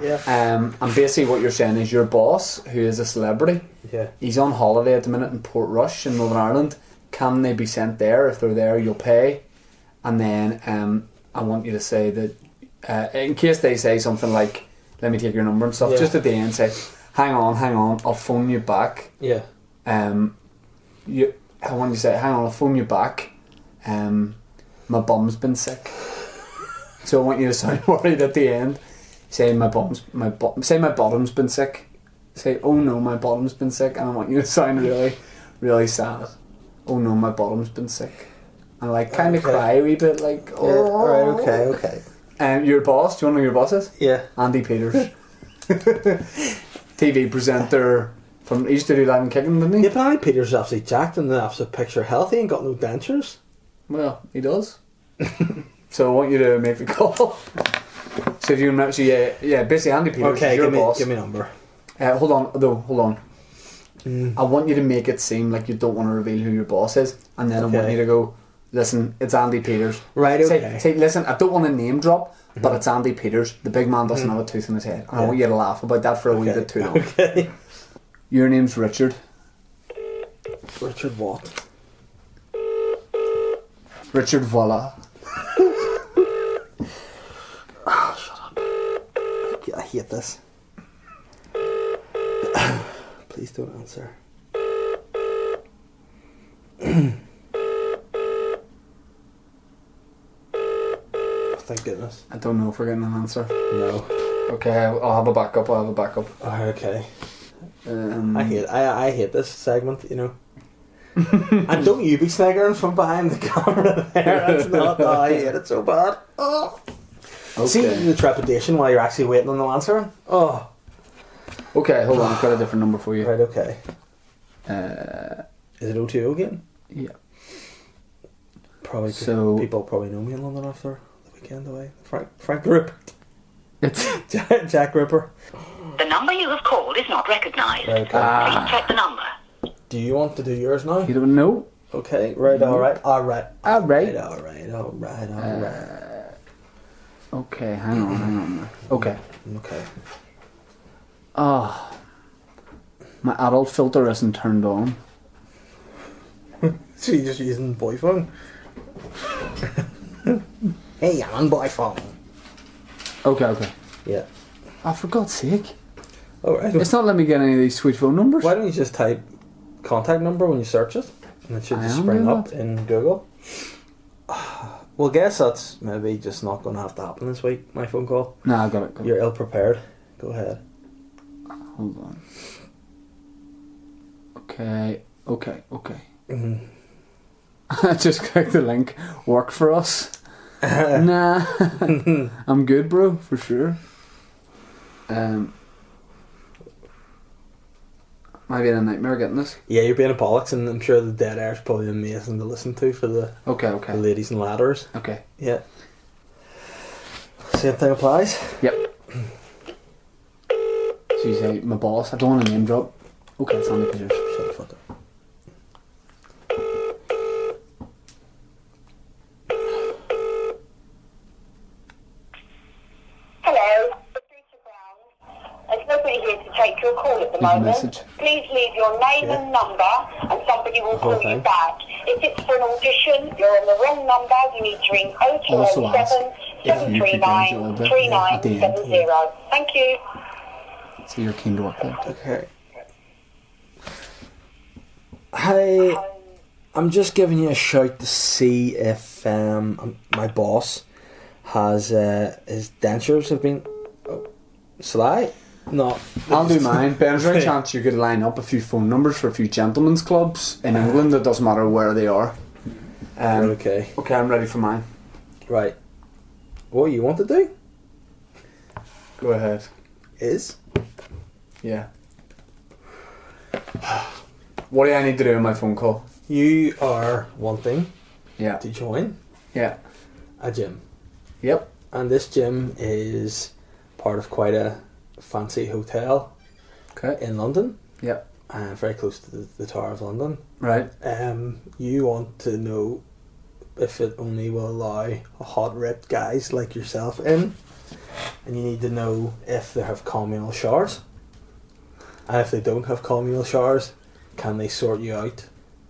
Yeah. Um, and basically, what you're saying is your boss, who is a celebrity, Yeah. He's on holiday at the minute in Portrush in Northern Ireland. Can they be sent there? If they're there, you'll pay. And then um, I want you to say that uh, in case they say something like, "Let me take your number and stuff," Yeah. just at the end say, "Hang on, hang on, I'll phone you back." Yeah. Um, you, I want you to say, "Hang on, I'll phone you back." Um, my bum's been sick, so I want you to sound worried at the end. Say my bum's my bottom. Say my bottom's been sick. Say, "Oh no, my bottom's been sick," and I want you to sound really, really sad. Oh no, my bottom's been sick, and like kind of Okay. cry a wee bit, like, "Oh." Alright, okay, okay. Um, your boss? Do you want to know who your boss is? Yeah. Andy Peters, TV presenter from he used to do Live and Kicking, didn't he? Yeah, but Andy Peters is absolutely jacked and the absolute picture healthy and got no dentures. Well, he does. so I want you to make the call. so if you remember, so yeah, yeah, basically Andy Peters is Okay, your give me, boss. give me a number. Uh, hold on, though, hold on. Mm. I want you to make it seem like you don't want to reveal who your boss is, and then I want Okay. you to go, listen, it's Andy Peters. Right, Say- okay. Mm-hmm. Say, listen, I don't want to name drop, but it's Andy Peters. The big man doesn't have a tooth in his head. And I want you to laugh about that for a wee Mm. Okay, bit too long. Okay. Your name's Richard. Richard Watt. Richard Voila. I hate this. Please don't answer. I think Oh, goodness. I don't know if we're getting an answer. No. Okay, I'll have a backup. I'll have a backup. Oh, okay. Um, I hate I, I hate this segment, you know. and don't you be sniggering from behind the camera there. That's not I hate it so bad. Oh. Okay. See the trepidation while you're actually waiting on the answer? Oh. okay, hold on. I've got a different number for you. Right, okay. Uh, Is it O2 again? yeah. Probably So- people probably know me in London after the weekend away. Frank Frank Ripper. It's Jack, Jack Ripper. The number you have called is not recognized. Right, okay. Ah. Please check the number. Do you want to do yours now? you don't know. Okay, right, Mm-hmm. alright, alright. All right. Alright, alright, Ah. alright. Okay, hang on, hang on. Okay. Okay. Ah, my adult filter isn't turned on. So you're just using boyfriend? hey, I'm on boyfriend. Okay, okay. Yeah. Oh, for God's sake! Alright. It's not letting me get any of these sweet phone numbers. Why don't you just type contact number when you search it? And it should I just am spring doing up that. in Google. Well, guess that's maybe just not going to have to happen this week, my phone call. No, I got it. Got it. You're ill prepared. Go ahead. Hold on. Okay, okay, okay. Mm-hmm. I just clicked the link. Work for us. nah, I'm good, bro, for sure. Um, am I being a nightmare getting this? Yeah, you're being a bollocks, and I'm sure the dead air is probably amazing to listen to for the, Okay, the okay, ladies and ladders. okay. Yeah. Same thing applies. Yep. So you say my boss? I don't want a name drop. Okay, it's Andy Peters. Shut the fuck up. Hello, Patricia Brown. There's nobody here to take your call at the Leave a moment. message. Please leave your name Yeah. and number and somebody will whole call you thing. back. If it's for an audition, you're on the wrong number, you need to ring Also ask if 0207 you could go into a bit, yeah, at the end. 3970. Thank you. So you're keen to work there. Okay. Hey, I'm just giving you a shout to see if um, um, my boss has uh, his dentures have been oh, sly. No, I'll do mine. Ben, is there a chance you could line up a few phone numbers for a few gentlemen's clubs in England? It doesn't matter where they are. Um, Okay, okay, I'm ready for mine. right. What you want to do Go ahead. is Yeah. What do I need to do in my phone call? you are wanting Yeah. to join Yeah. a gym, Yep. and this gym is part of quite a fancy hotel Okay. in London, Yep. uh, very close to the, the Tower of London. Right. Um, you want to know if it only will allow hot ripped guys like yourself in, and you need to know if they have communal showers, and if they don't have communal showers, can they sort you out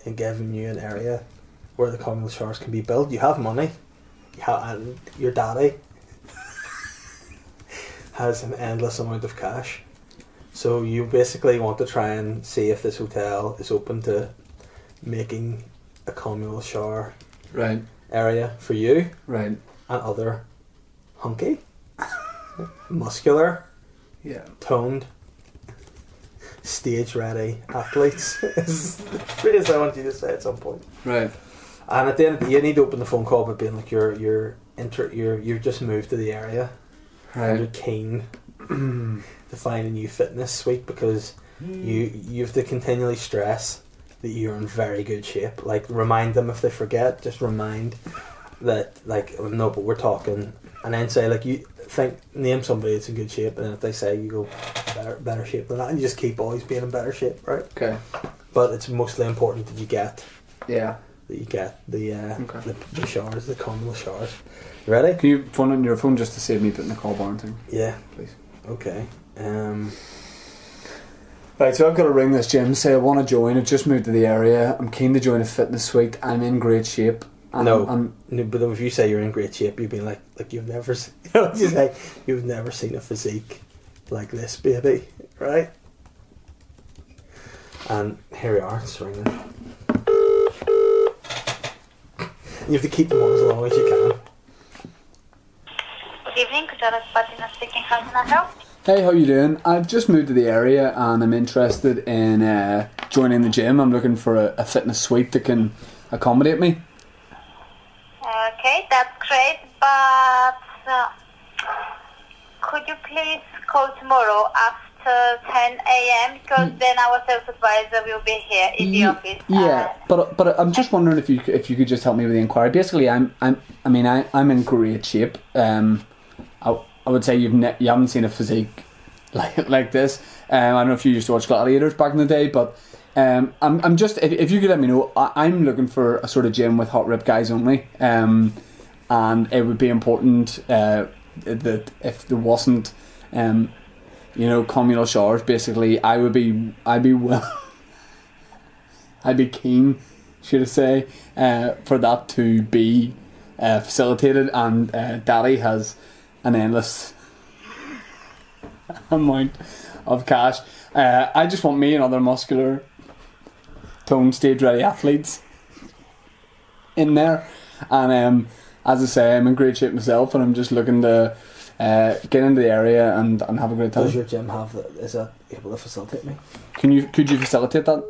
and giving you an area where the communal showers can be built? You have money, you ha- and your daddy has an endless amount of cash. So you basically want to try and see if this hotel is open to making a communal shower Right. area for you Right. and other hunky, muscular, Yeah. toned, stage ready athletes. is the phrase I want you to say at some point. Right. And at the end of the you need to open the phone call by being like you're you're inter you're you've just moved to the area and you're Right. keen to find a new fitness suite because you you have to continually stress that you're in very good shape. Like remind them if they forget, just remind that like oh, no, but we're talking, and then say like you think name somebody that's in good shape, and if they say you go better better shape than that, and you just keep always being in better shape, right? Okay. But it's mostly important that you get Yeah. that you get the uh, Okay. the, the showers, the communal showers. You ready? Can you phone on your phone just to save me putting the call bar and thing? Yeah. Please. Okay. Um. Right, so I've got to ring this gym, say I want to join, I've just moved to the area, I'm keen to join a fitness suite, I'm in great shape. and No. I'm, No, but if you say you're in great shape, you've been like, like you've never, se- you know, you say you've never seen a physique like this, baby, right? And here we are, it's ringing. You have to keep them on as long as you can. evening, Cajella's Badina speaking. How can I help? Hey, how you doing? I've just moved to the area and I'm interested in uh, joining the gym. I'm looking for a, a fitness suite that can accommodate me. Okay, that's great, but uh, could you please call tomorrow after 10 a.m. because Mm. then our sales advisor will be here in the Ye- office. Yeah, Uh, but but I'm just wondering if you if you could just help me with the inquiry. Basically, I'm I'm I mean I I'm in great shape. Um, I, I would say you've ne- you haven't seen a physique like like this. Um, I don't know if you used to watch Gladiators back in the day, but um, I'm I'm just if, if you could let me know, I, I'm looking for a sort of gym with hot rib guys only. Um, and it would be important uh that if there wasn't um you know communal showers, basically I would be I'd be well. I'd be keen, should I say, uh, for that to be uh, facilitated. And uh, Daddy has an endless amount of cash. Uh, I just want me and other muscular, toned, stage ready athletes in there. And um, as I say, I'm in great shape myself, and I'm just looking to uh, get into the area and, and have a great Does time. your gym have that? Is that able to facilitate me? Can you could you facilitate that?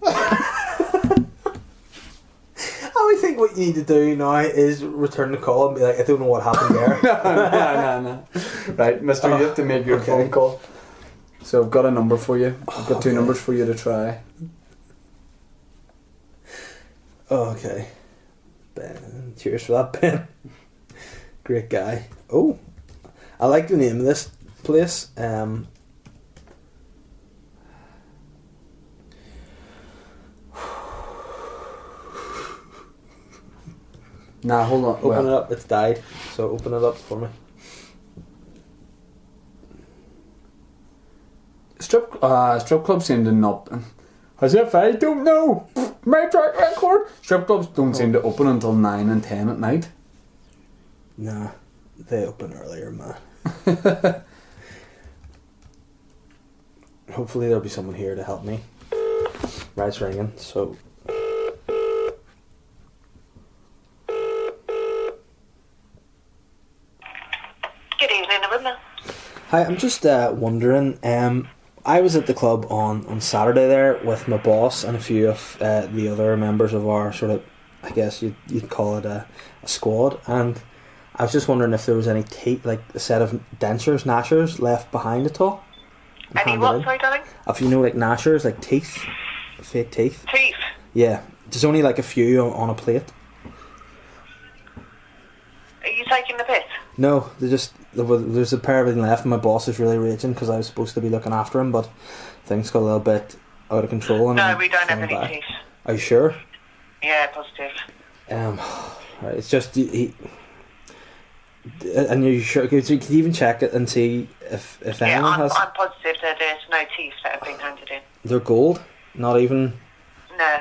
Oh, I would think what you need to do now is return the call and be like, I don't know what happened there. no, no, no. Right, mister, you have to make your okay. phone call. So I've got a number for you. I've got two numbers for you to try. oh, okay. Ben, cheers for that, Ben. Great guy. Oh, I like the name of this place. Um, Nah, hold on. open well, it up. It's died. So open it up for me. Strip uh, strip clubs seem to not. As if I don't know my track record. Strip clubs don't seem to open until nine and ten at night. Nah, they open earlier, man. Hopefully there'll be someone here to help me. Right, it's ringing. So Good evening, women. Hi, I'm just uh, wondering. Um, I was at the club on, on Saturday there with my boss and a few of uh, the other members of our sort of, I guess you'd, you'd call it a, a squad. And I was just wondering if there was any tape, like a set of dentures, gnashers left behind at all. And Any handed in. what, sorry, darling? If you know, like gnashers, like teeth, fake teeth. Teeth. Yeah, there's only like a few on, on a plate. Are you taking the piss? No, they just there was, there's a pair of them left, and my boss is really raging because I was supposed to be looking after him, but things got a little bit out of control. And No, I'm we don't have thrown any back. teeth. Are you sure? Yeah, positive. Um, right, it's just he. he and you sure? Could you could even check it and see if if Yeah, anyone I'm, has? I'm positive that there's no teeth that have been handed in. They're gold. Not even. No.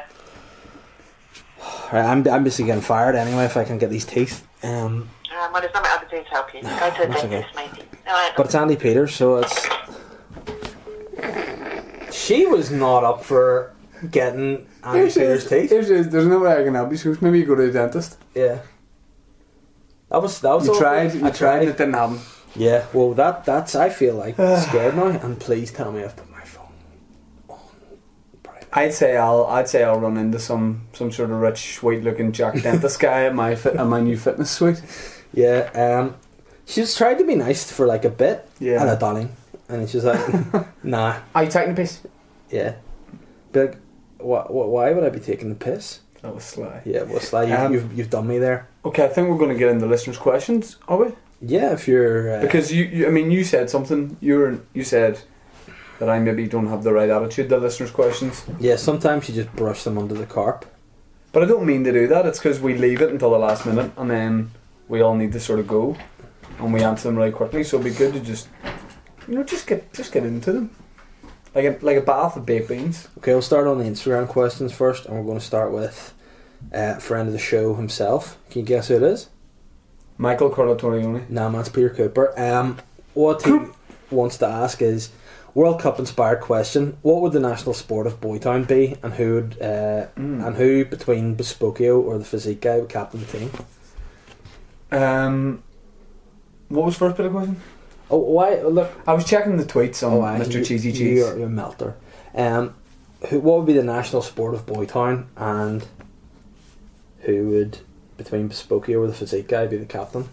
Right, I'm I'm basically getting fired anyway if I can get these teeth. Um, Um, well, there's nothing I can do to help you. Go to the That's okay. dentist, maybe. All right. But it's Andy Peters, so it's. She was not up for getting Andy Peters' teeth. If she is, there's no way I can help you. She goes, maybe you go to the dentist. Yeah. That was that was. You all- tried, you I tried, and it didn't happen. Yeah. Well, that that's. I feel like scared now, and please tell me I've put my phone. I'd say I'll I'd say I'll run into some some sort of rich, weird-looking Jack Dentist guy at my fit, at my new fitness suite. Yeah. Um. She's tried to be nice for like a bit. Yeah. Hello, darling. And she's like, Nah. Are you taking the piss? Yeah. Be like, what, what, Why would I be taking the piss? That was sly. Yeah. Well, Sly, you, Um, you've you've done me there. Okay, I think we're going to get into listeners' questions, are we? Yeah. If you're. Uh, Because you, you, I mean, you said something. You were, you said that I maybe don't have the right attitude. The listeners' questions, Yeah, sometimes you just brush them under the carp. but I don't mean to do that. It's because we leave it until the last minute, and then we all need to sort of go, and we answer them really quickly. So it'd be good to just, you know, just get just get into them, like a like a bath of baked beans. Okay, we'll start on the Instagram questions first, and we're going to start with uh, friend of the show himself. Can you guess who it is? Michael Corleone. Nah, man, it's Peter Cooper. Um, what he wants to ask is World Cup inspired question: What would the national sport of Boytown be, and who would uh, Hmm. and who between Bespokio or the physique guy would captain the team? Um, What was first bit of question? Oh, why? Look, I was checking the tweets on oh, I- Mr. you- Um, Cheesy you- Cheese. You're, you're a melter. Um, who, what would be the national sport of Boytown, and who would between Spooky or the physique guy be the captain?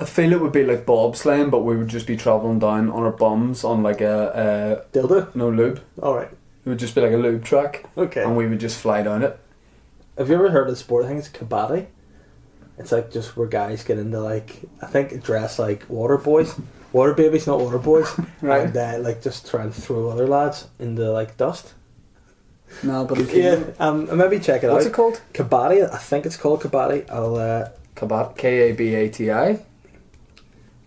I feel it would be like bobsleighing, but we would just be travelling down on our bums on like a, Dildo. a no lube. All right. It would just be like a lube track, Okay. and we would just fly down it. Have you ever heard of the sport? I think it's kabaddi. It's like just where guys get into like I think dress like water boys, water babies, not water boys, Right. And uh, like just try and throw other lads into like dust. No, but Yeah, um, and maybe check it What's out. it called? Kabaddi, I think it's called kabaddi. I'll uh, Kabat K A B A T I.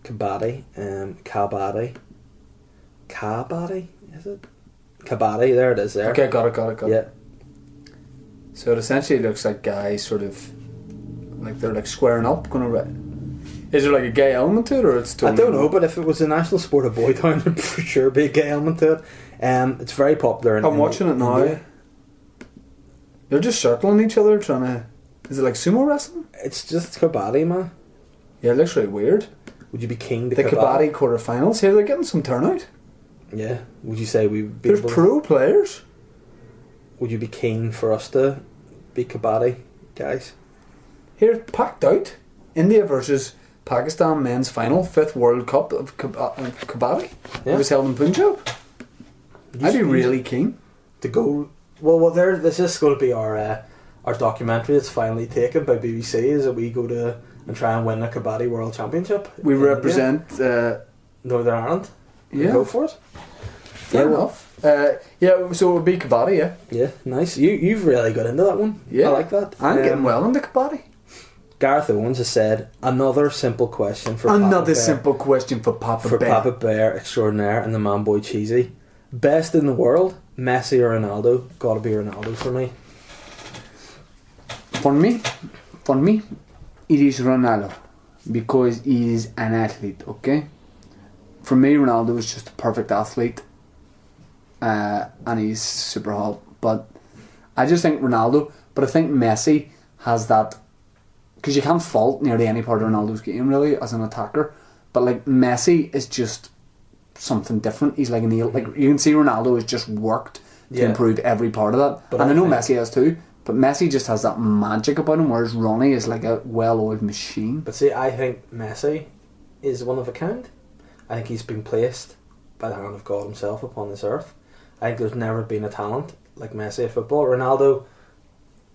kabaddi, um, kabaddi, kabaddi. Is it kabaddi? There it is. There. Okay, got it, got it, got it. Yeah. So it essentially looks like guys sort of like they're like squaring up, gonna. Re- is there like a gay element to it, or it's I totally? don't know, but if it was a national sport of boy town, it'd for sure be a gay element to it. Um, it's very popular. In, I'm in watching it now. India. They're just circling each other, trying to. Is it like sumo wrestling? It's just kabaddi, man. Yeah, it looks really weird. Would you be king to The Kabaddi kabaddi? quarterfinals here, they're getting some turnout. Yeah. Would you say we? Be There's able to- pro players. Would you be keen for us to be kabaddi guys? Here, packed out. India versus Pakistan men's final, fifth World Cup of Kab- uh, Kabaddi. Yeah. It was held in Punjab. I'd be should- really keen. To go? Well, well, there. This is going to be our uh, our documentary that's finally taken by BBC. Is that we go to and try and win a kabaddi world championship? We in India, represent. Uh, Northern Ireland. We yeah, Go for it. fair yeah, enough. Uh, yeah, so it would be Kabaddi, yeah. Yeah. Nice. You you've really got into that one. Yeah. I like that. I'm Um, getting well into Kabaddi. Gareth Owens has said another simple question for Papa Another Bear- simple question for Papa for Bear. Papa Bear Extraordinaire and the Man Boy Cheesy. Best in the world, Messi or Ronaldo? Gotta be Ronaldo for me. For me, for me, it is Ronaldo because he is an athlete. Okay, for me, Ronaldo is just a perfect athlete, uh, and he's super hot. But I just think Ronaldo. But I think Messi has that because you can't fault nearly any part of Ronaldo's game really as an attacker. But like Messi is just something different. He's like an eel. Like you can see Ronaldo has just worked to Yeah. improve every part of that. But and I I know think- Messi has too. But Messi just has that magic about him, whereas Ronnie is like a well-oiled machine. But see, I think Messi is one of a kind. I think he's been placed by the hand of God Himself upon this earth. I think there's never been a talent like Messi at football. Ronaldo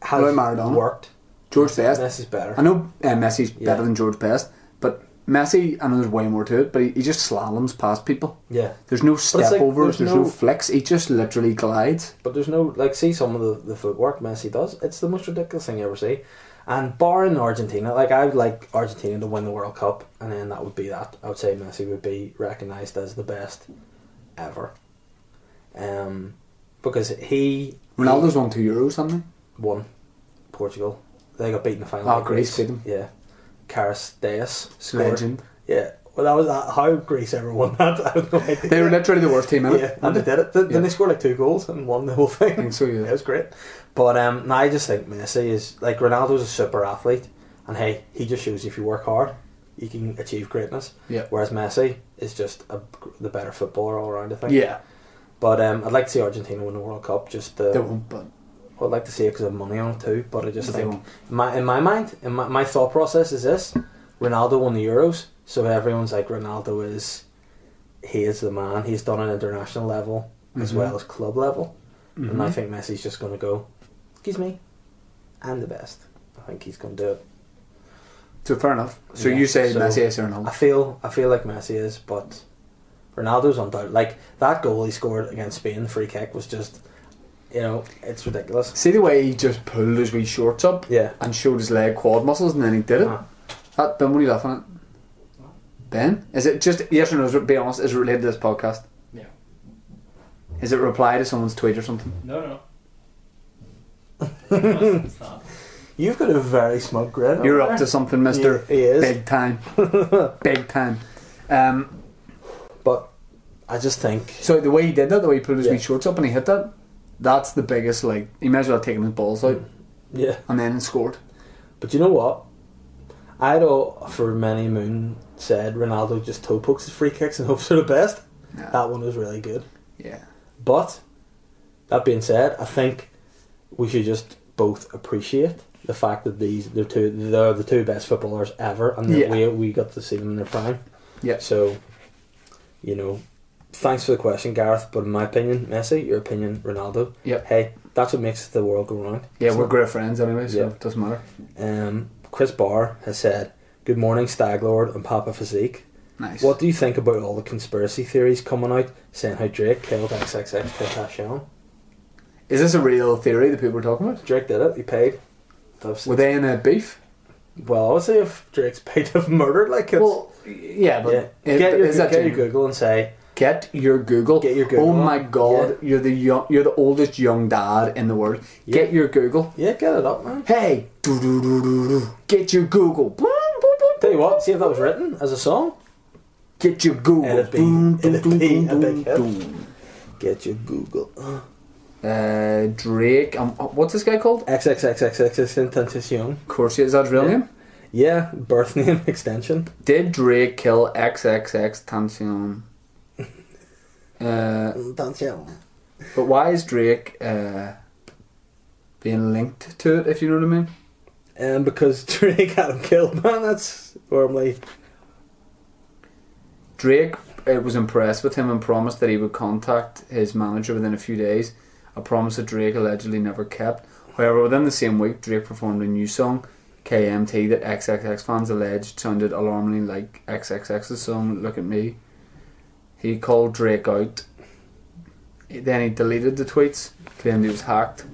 has Hello, Maradona. worked. George Best. Messi's better. I know uh, Messi's Yeah. better than George Best, but Messi, I know there's way more to it, but he, he just slaloms past people. Yeah. There's no like, step there's overs, there's no, no- flicks. He just literally glides. But there's no like see some of the, the footwork Messi does. It's the most ridiculous thing you ever see. And barring Argentina, like I would like Argentina to win the World Cup, and then that would be that. I would say Messi would be recognised as the best ever, um, because he Ronaldo's won two Euros, something. won Portugal. They got beaten in the final. Oh, by Greece beat them. Yeah, Karis Deus scored. Legend. Yeah, well that was that. How Greece ever won that? I have no idea. They were literally the worst team in it. Yeah, and they did it. Then then they scored like two goals and won the whole thing. think so, yeah. it was great. But um, no, I just think Messi is like Ronaldo's a super athlete, and hey, he just shows if you work hard, you can achieve greatness. Yeah. Whereas Messi is just a, the better footballer all around. I think. Yeah. But um, I'd like to see Argentina win the World Cup. Just They uh, won't, but I'd like to see it because I've money on it too. But I just But they think won't. my in my mind, in my, my thought process is this: Ronaldo won the Euros, so everyone's like Ronaldo is he is the man. He's done it at international level as Mm-hmm. well as club level, and I think Messi's just going to go. Excuse me, I'm the best. I think he's going to do it. so fair enough. So Yeah, you say so- Messi is I Ronaldo? feel I feel like Messi is, but Ronaldo's undoubted. Like that goal he scored against Spain, free kick was just, you know, it's ridiculous. See the way he just pulled his wee shorts up Yeah. and showed his leg quad muscles, and then he did it. Uh-huh. That Ben, what are you laughing at? Ben, is it just yes or no? Is it, be honest, is it related to this podcast? Yeah. Is it reply to someone's tweet or something? No, no. it's not. You've got a very smug grin. You're over up there. to something, Mister. He- he is. big time, big time. Um, But I just think so the way he did that, the way he pulled his Yeah. wee shorts up and he hit that, that's the biggest. Mm. Like he might as well have taken his balls out Yeah. and then scored. But you know what? I'd all, for many moon said Ronaldo just toe pokes his free kicks and hopes for the best. Yeah. That one was really good. Yeah. But that being said, I think we should just both appreciate the fact that these they're two they're the two best footballers ever, and that Yeah. we we got to see them in their prime. Yeah. So, you know, thanks for the question, Gareth. But in my opinion, Messi. Your opinion, Ronaldo. Yep. Hey, that's what makes the world go round. Yeah, we're great friends anyway, so Yeah. it doesn't matter. Um, Chris Barr has said, "Good morning, Stag Lord and Papa Physique." Nice. What do you think about all the conspiracy theories coming out saying how Drake killed XXX Tentacion? Is this a real theory that people are talking about? Drake did it. He paid. Were they in a beef? Well, obviously, if Drake's paid of murder, like it's Well, yeah, but yeah. it- get, your, is that get your genuine? Google and say Get your Google. Get your Google. Oh my God, you're the young, you're the oldest young dad in the world. Get your Google. yeah, get it up, man. Hey, do do do do do. Get your Google. Boom, boom, boom. Tell you what, see if that was written as a song. Get your Google. It'd be- Boom, boom, it'd boom, be boom, a big boom, hit. boom. Get your Google. Uh, Drake. Um, what's this guy called? XXXXXX Tentacion. Of course, is that his real name? Yeah, birth name extension. Did Drake kill XXX Tansion? Uh, Tentacion. but why is Drake uh, being linked to it? If you know what I mean. And because Drake had him killed, man, that's normally Drake uh, was impressed with him and promised that he would contact his manager within a few days, a promise that Drake allegedly never kept. However, within the same week, Drake performed a new song, KMT, that XXX fans alleged sounded alarmingly like XXX's song, Look at Me. He called Drake out. Then he deleted the tweets, claimed he was hacked.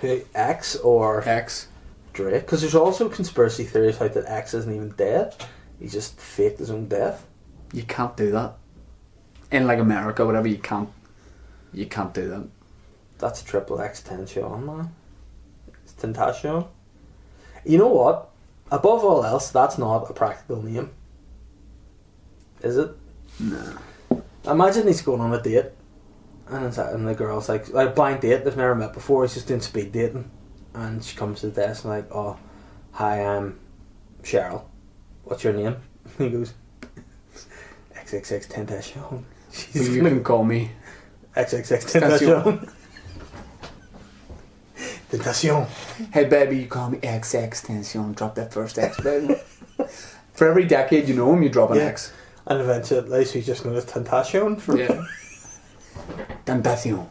Hey, X or X. Drake. Because there's also conspiracy theories out that X isn't even dead. He just faked his own death. You can't do that. In like America, whatever, you can't. You can't do that. That's triple X Tentacion, man. It's Tentacion. You know what? Above all else, that's not a practical name. Is it? No. Imagine he's going on a date. And, it's, and the girl's like, like blind date, they've never met before, he's just doing speed dating. And she comes to the desk and like, oh, hi, I'm Cheryl. What's your name? And he goes, XXX Tentacion. She's You gonna can call me XXX Tentacion. Tentacion. Tentacion. Hey baby, you call me XX Tension. Drop that first X, baby. For every decade you know him, you drop an Yeah. X. And eventually she's just known as Tentacion. For Yeah. Tentacion.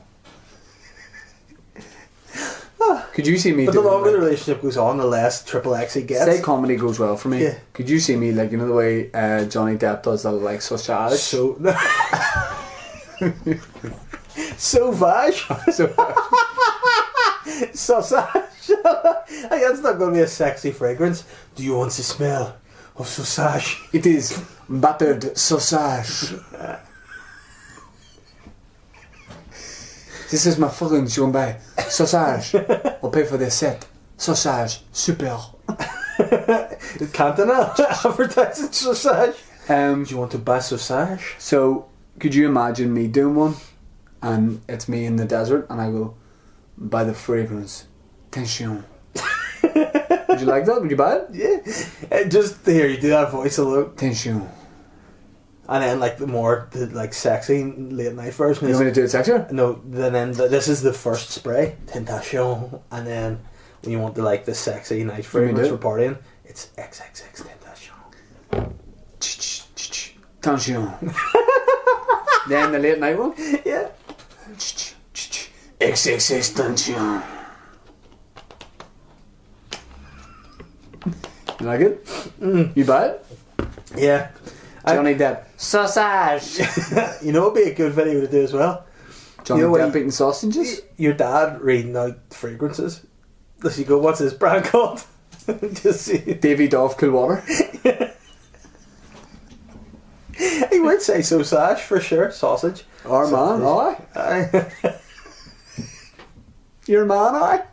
Could you see me? But the doing, longer the like- relationship goes on, the less triple X he gets. say comedy goes well for me. Yeah. Could you see me like you know the way uh, Johnny Depp does the like sausage? so. Sauvage. So- Sausage. Hey, That's not going to be a sexy fragrance. Do you want the smell of sausage? it is battered sausage. this is my phone. You can buy sausage. I'll pay for the set. Sausage, super. Cantonal advertising sausage. Um, Do you want to buy sausage? So, could you imagine me doing one, and it's me in the desert, and I go, by the fragrance, tension. Would you like that? Would you buy it? Yeah. And just to hear you do that voice alone. Tension. And then like the more the like sexy late night version You want me is to do it sexier? no. Then then th this is the first spray tentation, and then when you want the like the sexy night fragrance do for it? partying, it's XXX tentation. Tension. then the late night one. Yeah. XXX tension. You like it? Mm. You buy it? Yeah. I- Johnny Depp. Sausage. you know, it'd be a good video to do as well. Johnny You know what Depp he- eating sausages. Your dad reading out fragrances. Does he go? What's this brand called? Just see. Davy Dove Coolwater. He would say sausage for sure. Sausage. Ah, Our man, aye. Aye. Your man, aye.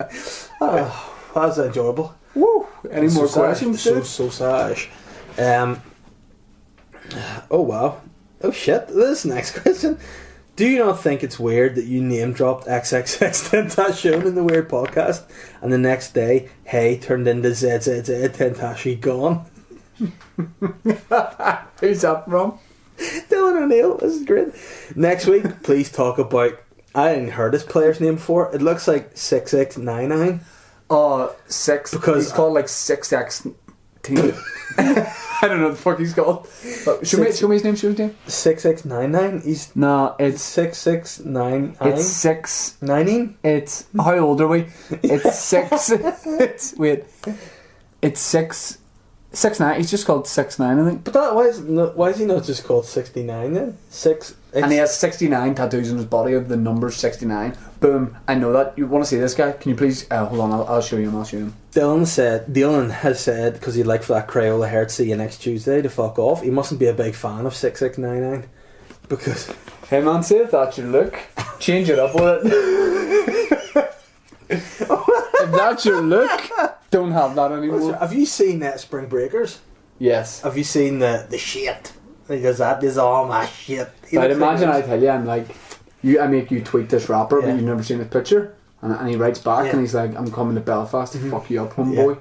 That's enjoyable. Woo. Any more Sausage. questions, So dude? sausage. Um. Oh wow. Oh shit. This next question. Do you not think it's weird that you name dropped XXX Tentacion in the Weird Podcast, and the next day, hey, turned into ZZZ Tentacion gone? Who's that from? Dylan O'Neill, this is great. Next week, please talk about. I didn't heard this player's name before. It looks like six six nine nine. Oh, six. Because- he's called like six X. I don't know what the fuck he's called. But show, me, Six- show me his name. Show me his name. Six six nine nine. He's No, it's six six nine nine. it's six. Nining? It's how old are we? It's six. it's wait. It's six. Six nine. He's just called six nine, I think. But that why is no, why is he not just called sixty nine then? Six. It's, And he has sixty nine tattoos on his body of the number sixty nine. Boom! I know that. You want to see this guy? Can you please uh, hold on? I'll, I'll show you him. I'll show you him. Dylan said Dylan has said because he'd like for that Crayola hair to see you next Tuesday to fuck off. He mustn't be a big fan of six six nine nine because Hey man, see if that's your look. Change it up with it. if that's your look, don't have that anymore. have you seen that Spring Breakers? Yes. Have you seen the the shit? He goes, that is all my shit. He But looks like imagine this. I tell you, I'm like, you, I make you tweet this rapper, Yeah. but you've never seen his picture, and, and he writes Yeah. back, Mm-hmm. and he's like, I'm coming to Belfast to fuck you up, homeboy.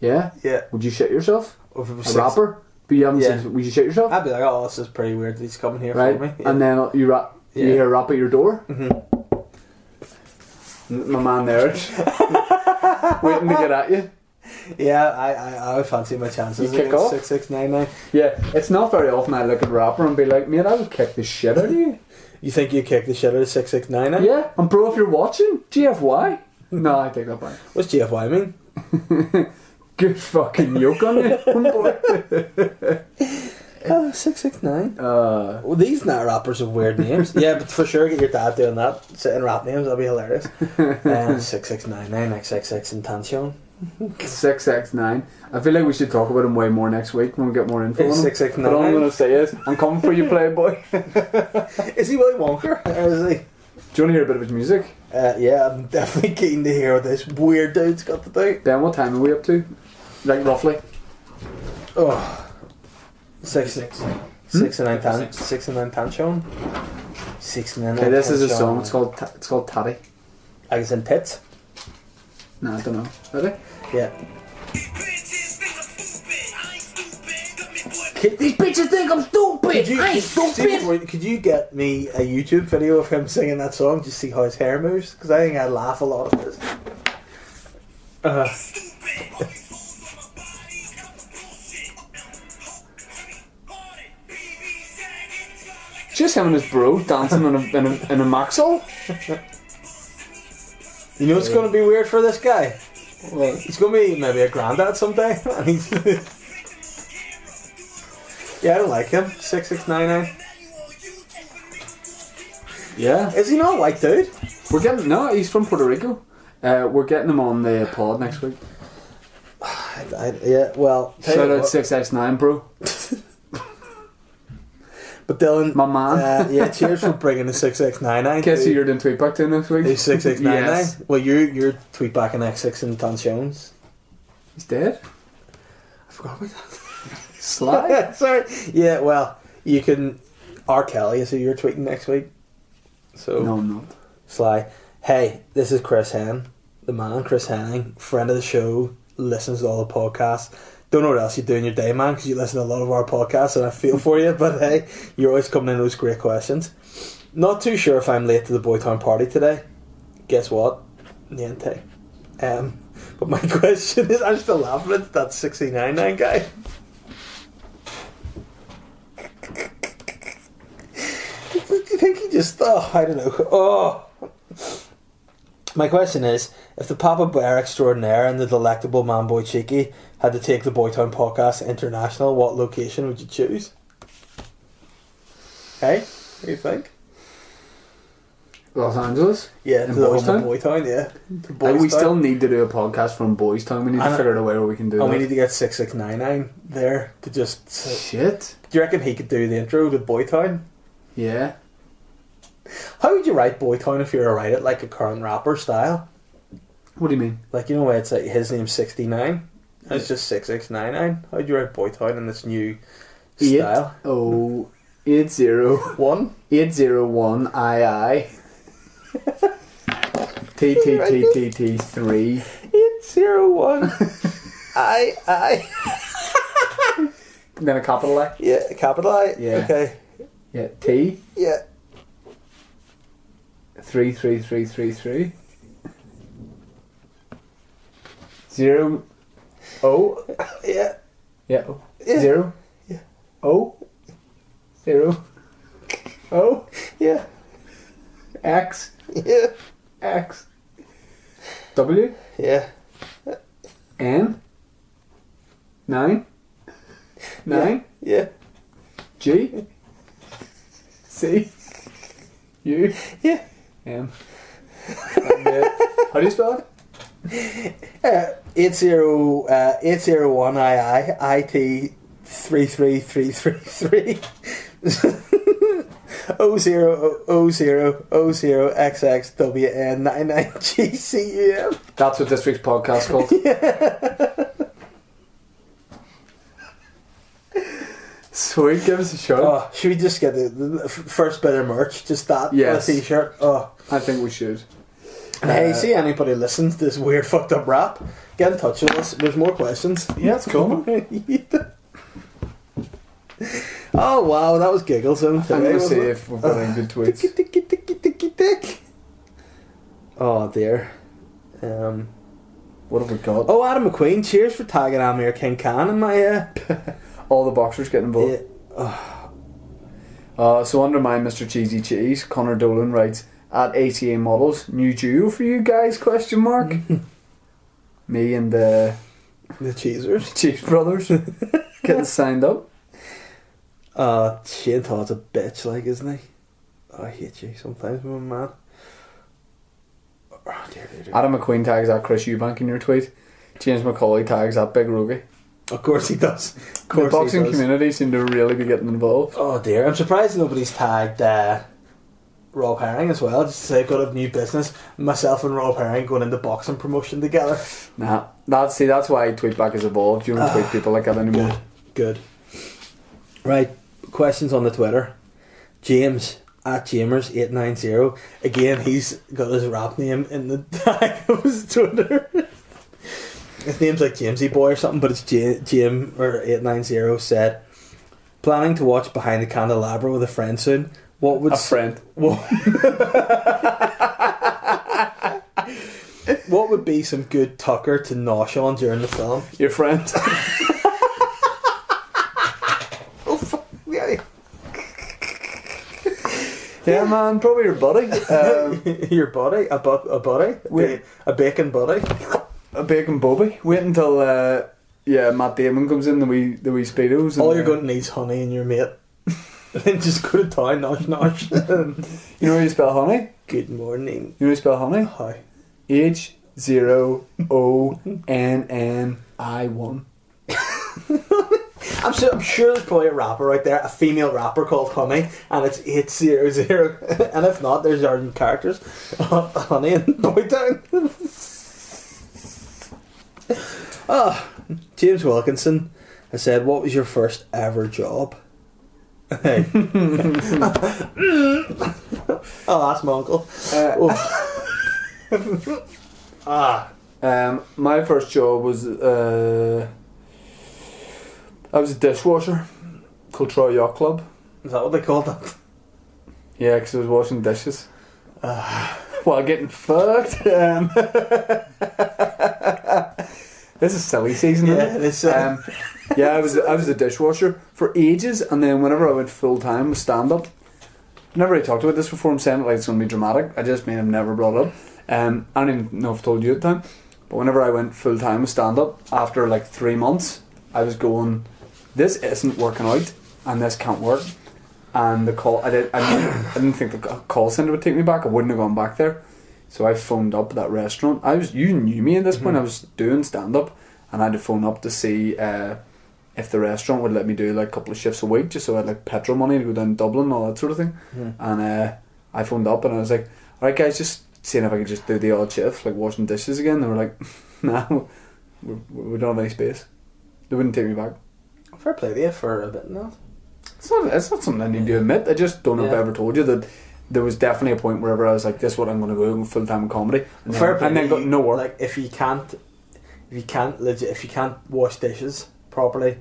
Yeah. Yeah. Would you shit yourself? If it was A six- rapper, but you haven't Yeah. seen. Would you shit yourself? I'd be like, oh, this is pretty weird. that He's coming here right? for me. And then you rap, Yeah. you hear a rap at your door. Mm-hmm. My man there, waiting to get at you. yeah, I, I, I would fancy my chances. You kick against off? six six nine nine. Yeah, it's not very often I look at a rapper and be like, mate, I would kick the shit out of you. You think you kick the shit out of six six nine nine? Yeah, and bro, if you're watching, GFY. No, I take that back. What's GFY mean? Good fucking yoke on you, homeboy. Oh, six six nine. Uh, Well, these not rappers have weird names. yeah, but for sure, get your dad doing that, sitting rap names. That'd be hilarious. And six six nine nine XXX and Tansion. six X nine. I feel like we should talk about him way more next week when we get more info. Is on him. 6X9? But all I'm gonna say is, I'm coming for you, Playboy. Do Is he Willy Wonka? Or is he? you want to hear a bit of his music? Uh, yeah, I'm definitely keen to hear what this weird dude's got to do. Ben, what time are we up to? Like roughly. Oh, six six Hmm? six and nine tan six and nine Tansion. Six and nine. Okay, this is a Tansion. song. It's called Ta- it's called Taddy. I guess in tits. No, I don't know. Ready? Yeah. Stupid. Could, These bitches think I'm stupid. could you, could, see before- could you get me a YouTube video of him singing that song? Just see how his hair moves, because I think I laugh a lot at this. All these hoes on my body, I'm a bullshit. Party, BB, sag, and fly like Just him and his bro dancing in a in a, in a maxol. You know what's going to be weird for this guy? He's going to be maybe a granddad someday. and he's- yeah, I don't like him. Six six nine nine. Yeah, Is he not a white dude? we're getting no. He's from Puerto Rico. Uh, we're getting him on the pod next week. I, I, yeah. Well, tell Shout you out what- six X nine, bro. But Dylan, My man. Uh, yeah, cheers for bringing the six six nine nine. Guess who you're doing tweet back to next week? six six nine nine. Yes. Well, you're you're tweet back an X six and Tan Jones. He's dead. I forgot about that. Sly. Sorry. Yeah, well, you can. R. Kelly is who you're tweeting next week. So, no, I'm not. Sly. Hey, this is Chris Hen, the man, Chris Henning, friend of the show, listens to all the podcasts. Don't know what else you do in your day, man, because you listen to a lot of our podcasts, and I feel for you, but hey, you're always coming in with those great questions. Not too sure if I'm late to the Boytown party today. Guess what? Niente. Um, but my question is, I'm still laughing at that 69.9 guy. Do you think he just? Oh, I don't know. Oh. My question is, if the Papa Bear Extraordinaire and the delectable man boy Cheeky had to take the Boytown Podcast International, what location would you choose? Hey, what do you think? Los Angeles. Yeah, In to the home of Boystown? Boytown, yeah. To Like, we Boystown. still need to do a podcast from Boys Town. We need And- to figure out a way where we can do and Oh, we that. need to get six six nine nine there to just. Shit. Do you reckon he could do the intro to Boytown? Yeah. How would you write Boytown if you were to write it like a current rapper style? What do you mean? Like you know where it's like his name's sixty nine. It's just six six nine nine. How'd you write Boytown in this new Eight style? oh eight zero one eight zero one I I T T T T T three Zero one. I I and then a capital I yeah capital I Yeah. okay yeah T yeah three three three three three zero oh, O yeah yeah O zero O zero O yeah X yeah X W yeah N nine nine yeah G C U Yeah. M. How do you spell it? eight zero uh, eight zero one I I I T three three three three three. O zero O zero O zero X X W N nine nine G C E, U M. That's what this week's podcast called. Sweet, give us a shot. Oh, should we just get the, the f- first bit of merch? Just that Yes. with a t-shirt. Oh, I think we should. and Uh, hey, see anybody listens to this weird fucked up rap? Get in touch with us with more questions. Yeah, it's cool. Oh wow, that was giggles. I'm I'm gonna see if we've got any good tweets. ticky ticky ticky tick. Oh dear. Um, What have we got? oh, Adam McQueen, cheers for tagging Amir King Khan in my. Uh, eh, All Oh, the boxers getting involved. yeah. Uh, so under my Mr. Cheesy Cheese, Connor Dolan writes at ATA Models, new duo for you guys? Question mark. Me and uh, the the cheesers. Cheese Brothers getting signed up. Uh, Shane Todd's a bitch, like, isn't he? Oh, I hate you sometimes, my man. Oh, dear, dear, dear. Adam McQueen tags at Chris Eubank in your tweet. James McCauley tags at Big Rogie. Of course he does. Of The course boxing he does. community seem to really be getting involved. Oh dear, I'm surprised nobody's tagged uh, Rob Herring as well. Just to say, I've got a new business. Myself and Rob Herring going into boxing promotion together. Nah, that's see, that's why Tweetback has evolved. You don't tweet people like that anymore. Ah. Good, good. Right, questions on the Twitter. James at Jamers eight nine zero. Again, he's got his rap name in the tag of his Twitter. his name's like Jamesy Boy or something, but it's J- Jim or eight nine zero said. Planning to watch Behind the Candelabra with a friend soon. What would A s- friend. What, what would be some good tucker to nosh on during the film? Your friend. yeah, man, probably your buddy. Um, Your body, a, bu- a body, We- a, a bacon body. a bacon Bobby. Wait until uh, yeah, Matt Damon comes in the wee the wee speedos. and, All you're uh, going to need is honey and your mate. and just go to town, nosh nosh. You know how you spell honey? good morning. You know how you spell honey? Hi. H zero O N N I one. I'm sure, I'm sure there's probably a rapper right there, a female rapper called Honey, and it's 800. and if not, there's our characters Honey and Boytown. Ah, James Wilkinson I said, What was your first ever job? Hey. oh, that's my uncle. Uh, Oh, Oh. Um, my first job was uh, I was a dishwasher called Troy Yacht Club. is that what they called that? Yeah, because I was washing dishes while getting fucked. Um, this is silly season. isn't Yeah, it? this, uh, um, yeah, I was I was a dishwasher for ages, and then whenever I went full time with stand up, never really talked about this before. I'm saying it like it's gonna be dramatic. I just mean I've never brought it up. Um, I don't even know if I told you at the time, but whenever I went full time with stand up after like three months, I was going, this isn't working out, and this can't work. And the call, I, did, I, didn't, I didn't think the c- call center would take me back. I wouldn't have gone back there. So I phoned up that restaurant. I was you knew me at this point. I was doing stand up, and I had to phone up to see uh, if the restaurant would let me do like a couple of shifts a week, just so I had like petrol money to go down to Dublin and all that sort of thing. And uh, I phoned up and I was like, "All right, guys, just seeing if I could just do the odd shift, like washing dishes again." They were like, "No, we, we don't have any space. They wouldn't take me back." Fair play to you for a bit now. It's not, it's not something I need to admit. I just don't know if I Yeah. ever told you that there was definitely a point wherever I was like, this is what I'm going to go full time comedy. And Fair then, play. and then got no work. Like if you can't, if you can't legit, if you can't wash dishes properly,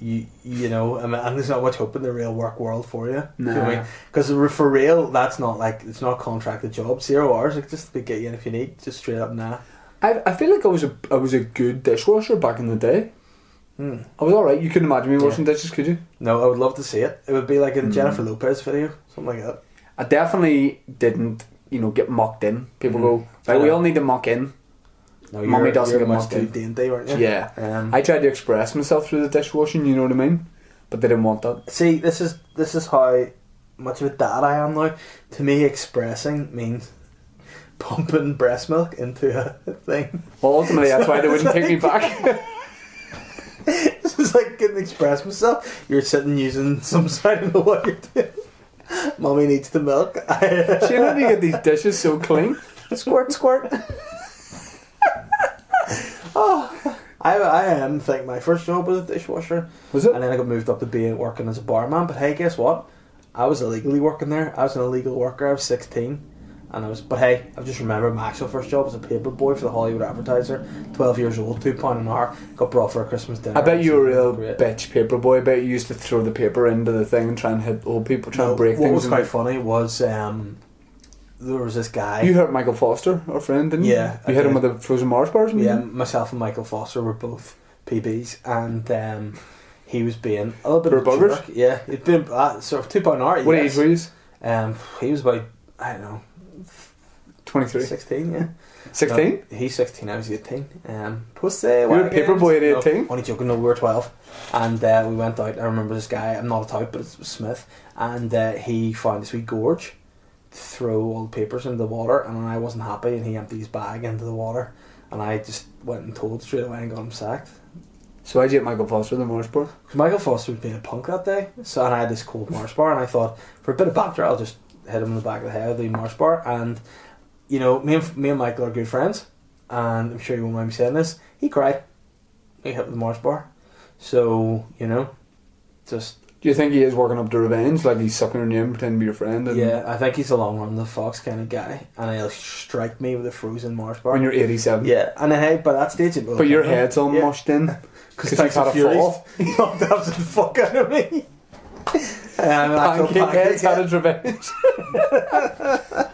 you you know, I mean, and there's not much hope in the real work world for you. Nah. because for real, that's not like it's not contracted job, zero hours. Like just to get you in if you need, just straight up nah. I, I feel like I was a I was a good dishwasher back in the day. I was alright. You couldn't imagine me washing dishes, could you? No, I would love to see it. It would be like a Mm. Jennifer Lopez video, something like that. I definitely didn't, you know, get mocked in. People go, like, we all need to mock in. No, Mummy you're- doesn't you're get much mugged in. too dainty, weren't you? Yeah. Um, I tried to express myself through the dishwashing, you know what I mean? But they didn't want that. See, this is this is how much of a dad I am now. To me, expressing means pumping breast milk into a thing. Well, ultimately, that's why they wouldn't take me back. This is like getting express myself. You're sitting using some side of the what you're doing. Mummy needs the milk. uh, Do you know how to get these dishes so clean? squirt, squirt. oh, I I am think my first job was a dishwasher. Was it? And then I got moved up to being working as a barman. But hey, guess what? I was illegally working there. I was an illegal worker. I was 16. And I was, but hey, I've just remembered my actual first job was a paper boy for the Hollywood Advertiser. 12 years old, £2 an hour. Got brought for a Christmas dinner. I bet you were a real Great. bitch paper boy. I bet you used to throw the paper into the thing and try and hit old people, try No, and break what things. was and- quite funny was um, there was this guy. You hurt Michael Foster, our friend, didn't you? Yeah, I You hit him did. with the frozen Mars bars? Yeah, Yeah. myself and Michael Foster were both PBs, and um, he was being a little bit For of a buggers? jerk. Yeah, he'd been uh, sort of two pound art. What yes. age were you? Um, he was about I don't know 23. sixteen. Yeah, 16? No, he's sixteen. I was eighteen. Um, pussy. were a paper boy at 18? No, only joking. No, we were twelve, and uh, we went out. I remember this guy. I'm not a type, but it was Smith, and uh, he found this wee gorge. Throw all the papers into the water, and I wasn't happy, and he emptied his bag into the water, and I just went and told straight away and got him sacked. So I'd get Michael Foster the Mars bar. Because Michael Foster was being a punk that day, so and I had this cold marsh bar, and I thought for a bit of banter, I'll just hit him in the back of the head with the marsh bar, and you know, me and me and Michael are good friends, and I'm sure you won't mind me saying this. He cried. He hit with the marsh bar, so you know, just Do you think he is working up to revenge? Like he's sucking on you and pretending to be your friend? And yeah, I think he's a long run the fox kind of guy, and he'll strike me with a frozen marsh bar. When you're 87. yeah, and then, hey, by that stage, it But your head's all Yeah. mushed in. because Because you've had a fall. You knocked the absolute fuck out of me. Um, actual Pancake pancake head's had its revenge.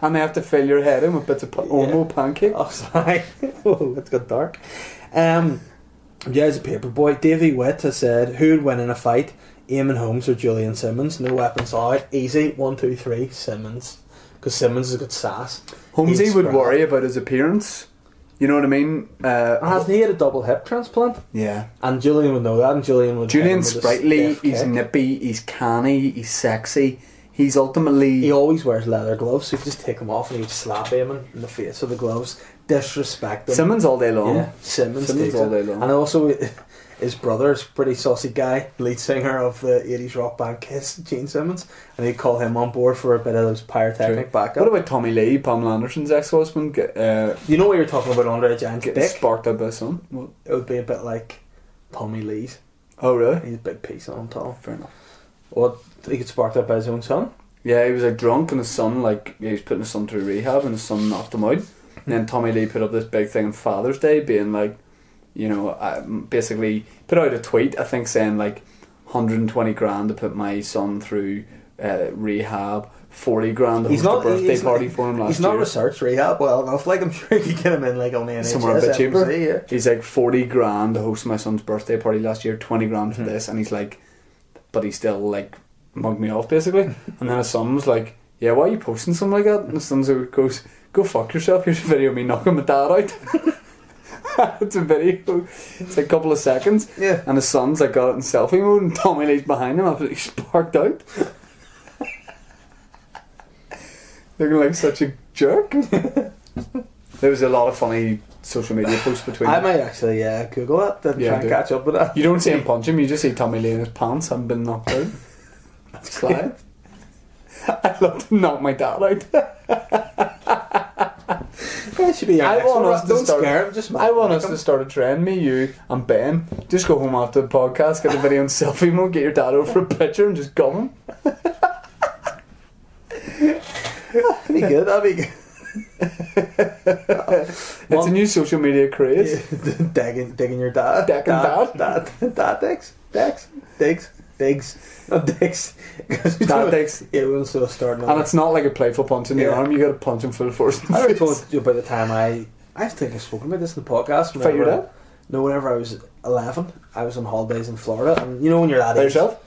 and they have to fill your head in with bits of pa- Omo pancake. I was like, oh, it's got dark. Um, yeah, as a paper boy, Davy Witt has said, who would win in a fight, Eamon Holmes or Julian Simmons? No weapons out. Easy, one, two, three, Simmons. Because Simmons has got sass. Holmesy He's would scrappy. worry about his appearance. You know what I mean? And Uh, hasn't he had a double hip transplant? yeah. And Julian would know that, and Julian would. hit him Julian's with a sprightly, stiff he's kick. nippy, he's canny, he's sexy. He's ultimately. He always wears leather gloves, so he'd just take them off and he'd slap Eamon in the face with the gloves, disrespect him. Simmons all day long. Yeah, Simmons, Simmons takes all it. day long. And also, his brother is a pretty saucy guy, lead singer of the 80s rock band Kiss, Gene Simmons. And they'd call him on board for a bit of those pyrotechnic backup. What about Tommy Lee, Pamela Anderson's ex-husband, get, uh, you know what you're talking about, Andre the Giant's getting dick? sparked out by some? What? it would be a bit like Tommy Lee's. Oh, really? He's a big piece on top. Fair enough. Or he gets sparked up by his own son. Yeah, he was like drunk, and his son, like, he was putting his son through rehab, and his son knocked him out. And then Tommy Lee put up this big thing on Father's Day, being like, you know, I, basically put out a tweet, I think, saying like, 120 grand to put my son through uh, rehab, 40 grand to He's host not a birthday he's, party for him last He's not year. research rehab well enough. Like I'm sure you could get him in like on the NHS. somewhere a bit cheaper. FMC, yeah. He's like forty grand to host my son's birthday party last year, twenty grand for Hmm. this, and he's like, but he still like mugged me off basically. and then his son was like, yeah, why are you posting something like that? And his son goes, go fuck yourself. Here's a video of me knocking my dad out. it's a video. It's like a couple of seconds. Yeah. And his son's like got it in selfie mode, and Tommy Lee's behind him, absolutely sparked out. Looking like such a jerk. there was a lot of funny social media posts between. I them. might actually uh, Google that and Yeah, try and do. catch up with that. You don't see him punch him, you just see Tommy Lee in his pants haven't been knocked out. That's Clive. I'd love to knock my dad out. Yeah, it should be. I I want us to Don't start. scare him. Just I want us to start a trend. Me, you, and Ben. Just go home after the podcast, get a video on selfie mode, get your dad over a picture, and just gum him. That'd be good. That'd be good. It's a new social media craze. digging, digging your dad. Digging Dad, dad, dad digs. Digs. Digs. Digs. Not dicks. Dad digs. Everyone's still starting. And it's not like a playful punch in the Yeah. arm. You got to punch him full force. in the I already face. told you about the time I. I think I've spoken about this in the podcast. Fight your whenever- dad? No, whenever I was 11, I was on holidays in Florida. And you know when you're that By age. yourself.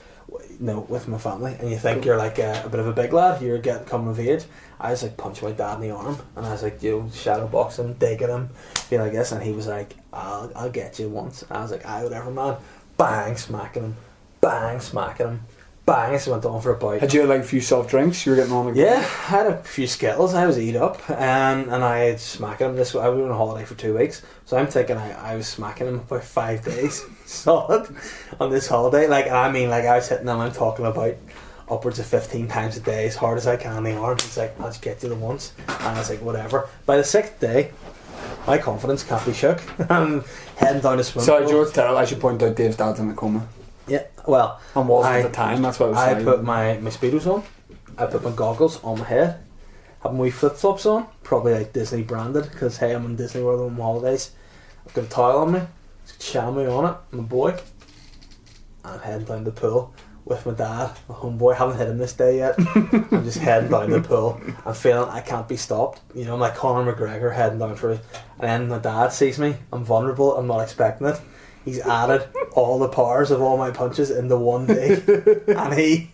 No, with my family, and you think you're like a, a bit of a big lad. You're getting coming of age. I was like punching my dad in the arm, and I was like, yo, shadow boxing, digging him, being like this, and he was like, I'll, I'll get you once. And I was like, I whatever, man. Bang, smacking him, bang, smacking him, bang. This went on for about Had you like a few soft drinks? You were getting on like yeah, I had a few skittles. I was eat up, um, and I had smacking him. This I was on holiday for two weeks, so I'm thinking I, I was smacking him for five days solid on this holiday. Like I mean, like I was hitting him. I'm talking about upwards of fifteen times a day, as hard as I can. in The arm. He's like, I'll just get to the once, and I was like, whatever. By the sixth day, my confidence can't be shook. I'm heading down the swimming. Sorry, pool. George Terrell. I should point out Dave's dad's in a coma Yeah, well, and was I- at the time. That's what I was I saying. put my, my speedos on. I put my goggles on my head. Have my flip flops on, probably like Disney branded, because hey, I'm in Disney World on my holidays. I've got a towel on me, chamois on it, my boy. And I'm heading down the pool with my dad, my homeboy. Haven't hit him this day yet. I'm just heading down the pool. I'm feeling I can't be stopped. You know, I'm like Conor McGregor heading down for it. And then my dad sees me. I'm vulnerable. I'm not expecting it. He's added all the powers of all my punches into one day. and he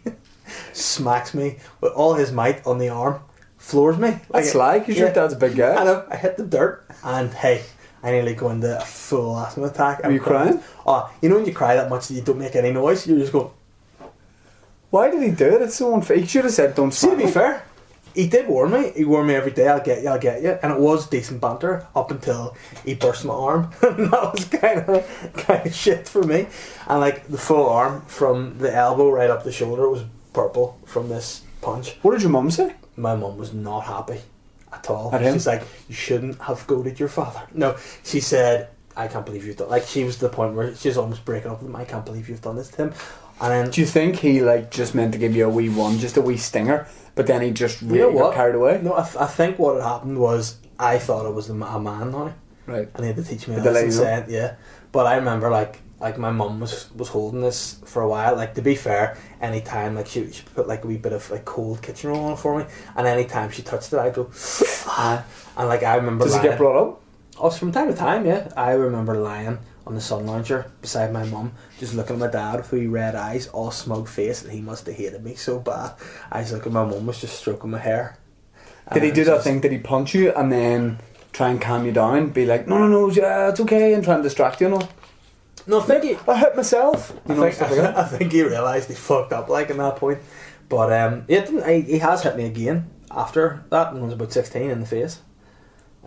smacks me with all his might on the arm, floors me. That's like, 'cause your dad's a big guy. I know. I hit the dirt, and hey, I nearly go into a full asthma attack. Are you crying? Oh, you know when you cry that much that you don't make any noise, you just go. Why did he do it? It's so unfair. He should have said, "Don't See, to smack be me." fair, he did warn me. He warned me every day. I'll get you. I'll get you. And it was decent banter up until he burst my arm. and that was kind of kind of shit for me. And like the full arm from the elbow right up the shoulder was purple from this punch. What did your mum say? my mum was not happy at all. At him? She's like, you shouldn't have goaded your father. No, she said, I can't believe you've done. Like she was to the point where she's almost breaking up with him. I can't believe you've done this to him. And then Do you think he like just meant to give you a wee one, just a wee stinger, but then he just really got carried away? No, I, th- I think what had happened was I thought I was the ma- a man now, Right. and he had to teach me a Had to let you know. lesson. Saying, yeah, but I remember like like my mum was was holding this for a while. Like to be fair, any time like she, she put like a wee bit of like cold kitchen roll on for me, and any time she touched it, I would go. "Ah," and like I remember, Does he lying- get brought up? us from time to time, yeah. I remember lying on the sun lounger beside my mum, just looking at my dad with wee red eyes, all smug face, and he must have hated me so bad. I was looking, my mum was just stroking my hair. Did he And do it that was thing? Did he punch you and then try and calm you down? Be like, no, no, no, yeah, it's okay, and try and distract you and all. just- No, I think he, I hit myself. You know, I, stuff think, like that. I think he realised he fucked up, like, at that point. But um, he, didn't, he, he has hit me again after that, when I was about 16, in the face.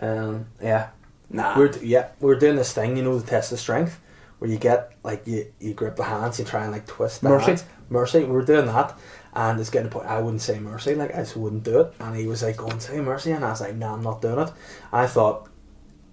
Um, yeah. Nah. We're d- yeah, we're doing this thing, you know, the test of strength, where you get like you, you grip the hands, you try and like twist the Mercy. hands. Mercy. We were doing that, and it's getting to the point I wouldn't say mercy, like I just wouldn't do it. And he was like, "Go and say mercy," and I was like, "No, I'm not doing it." I thought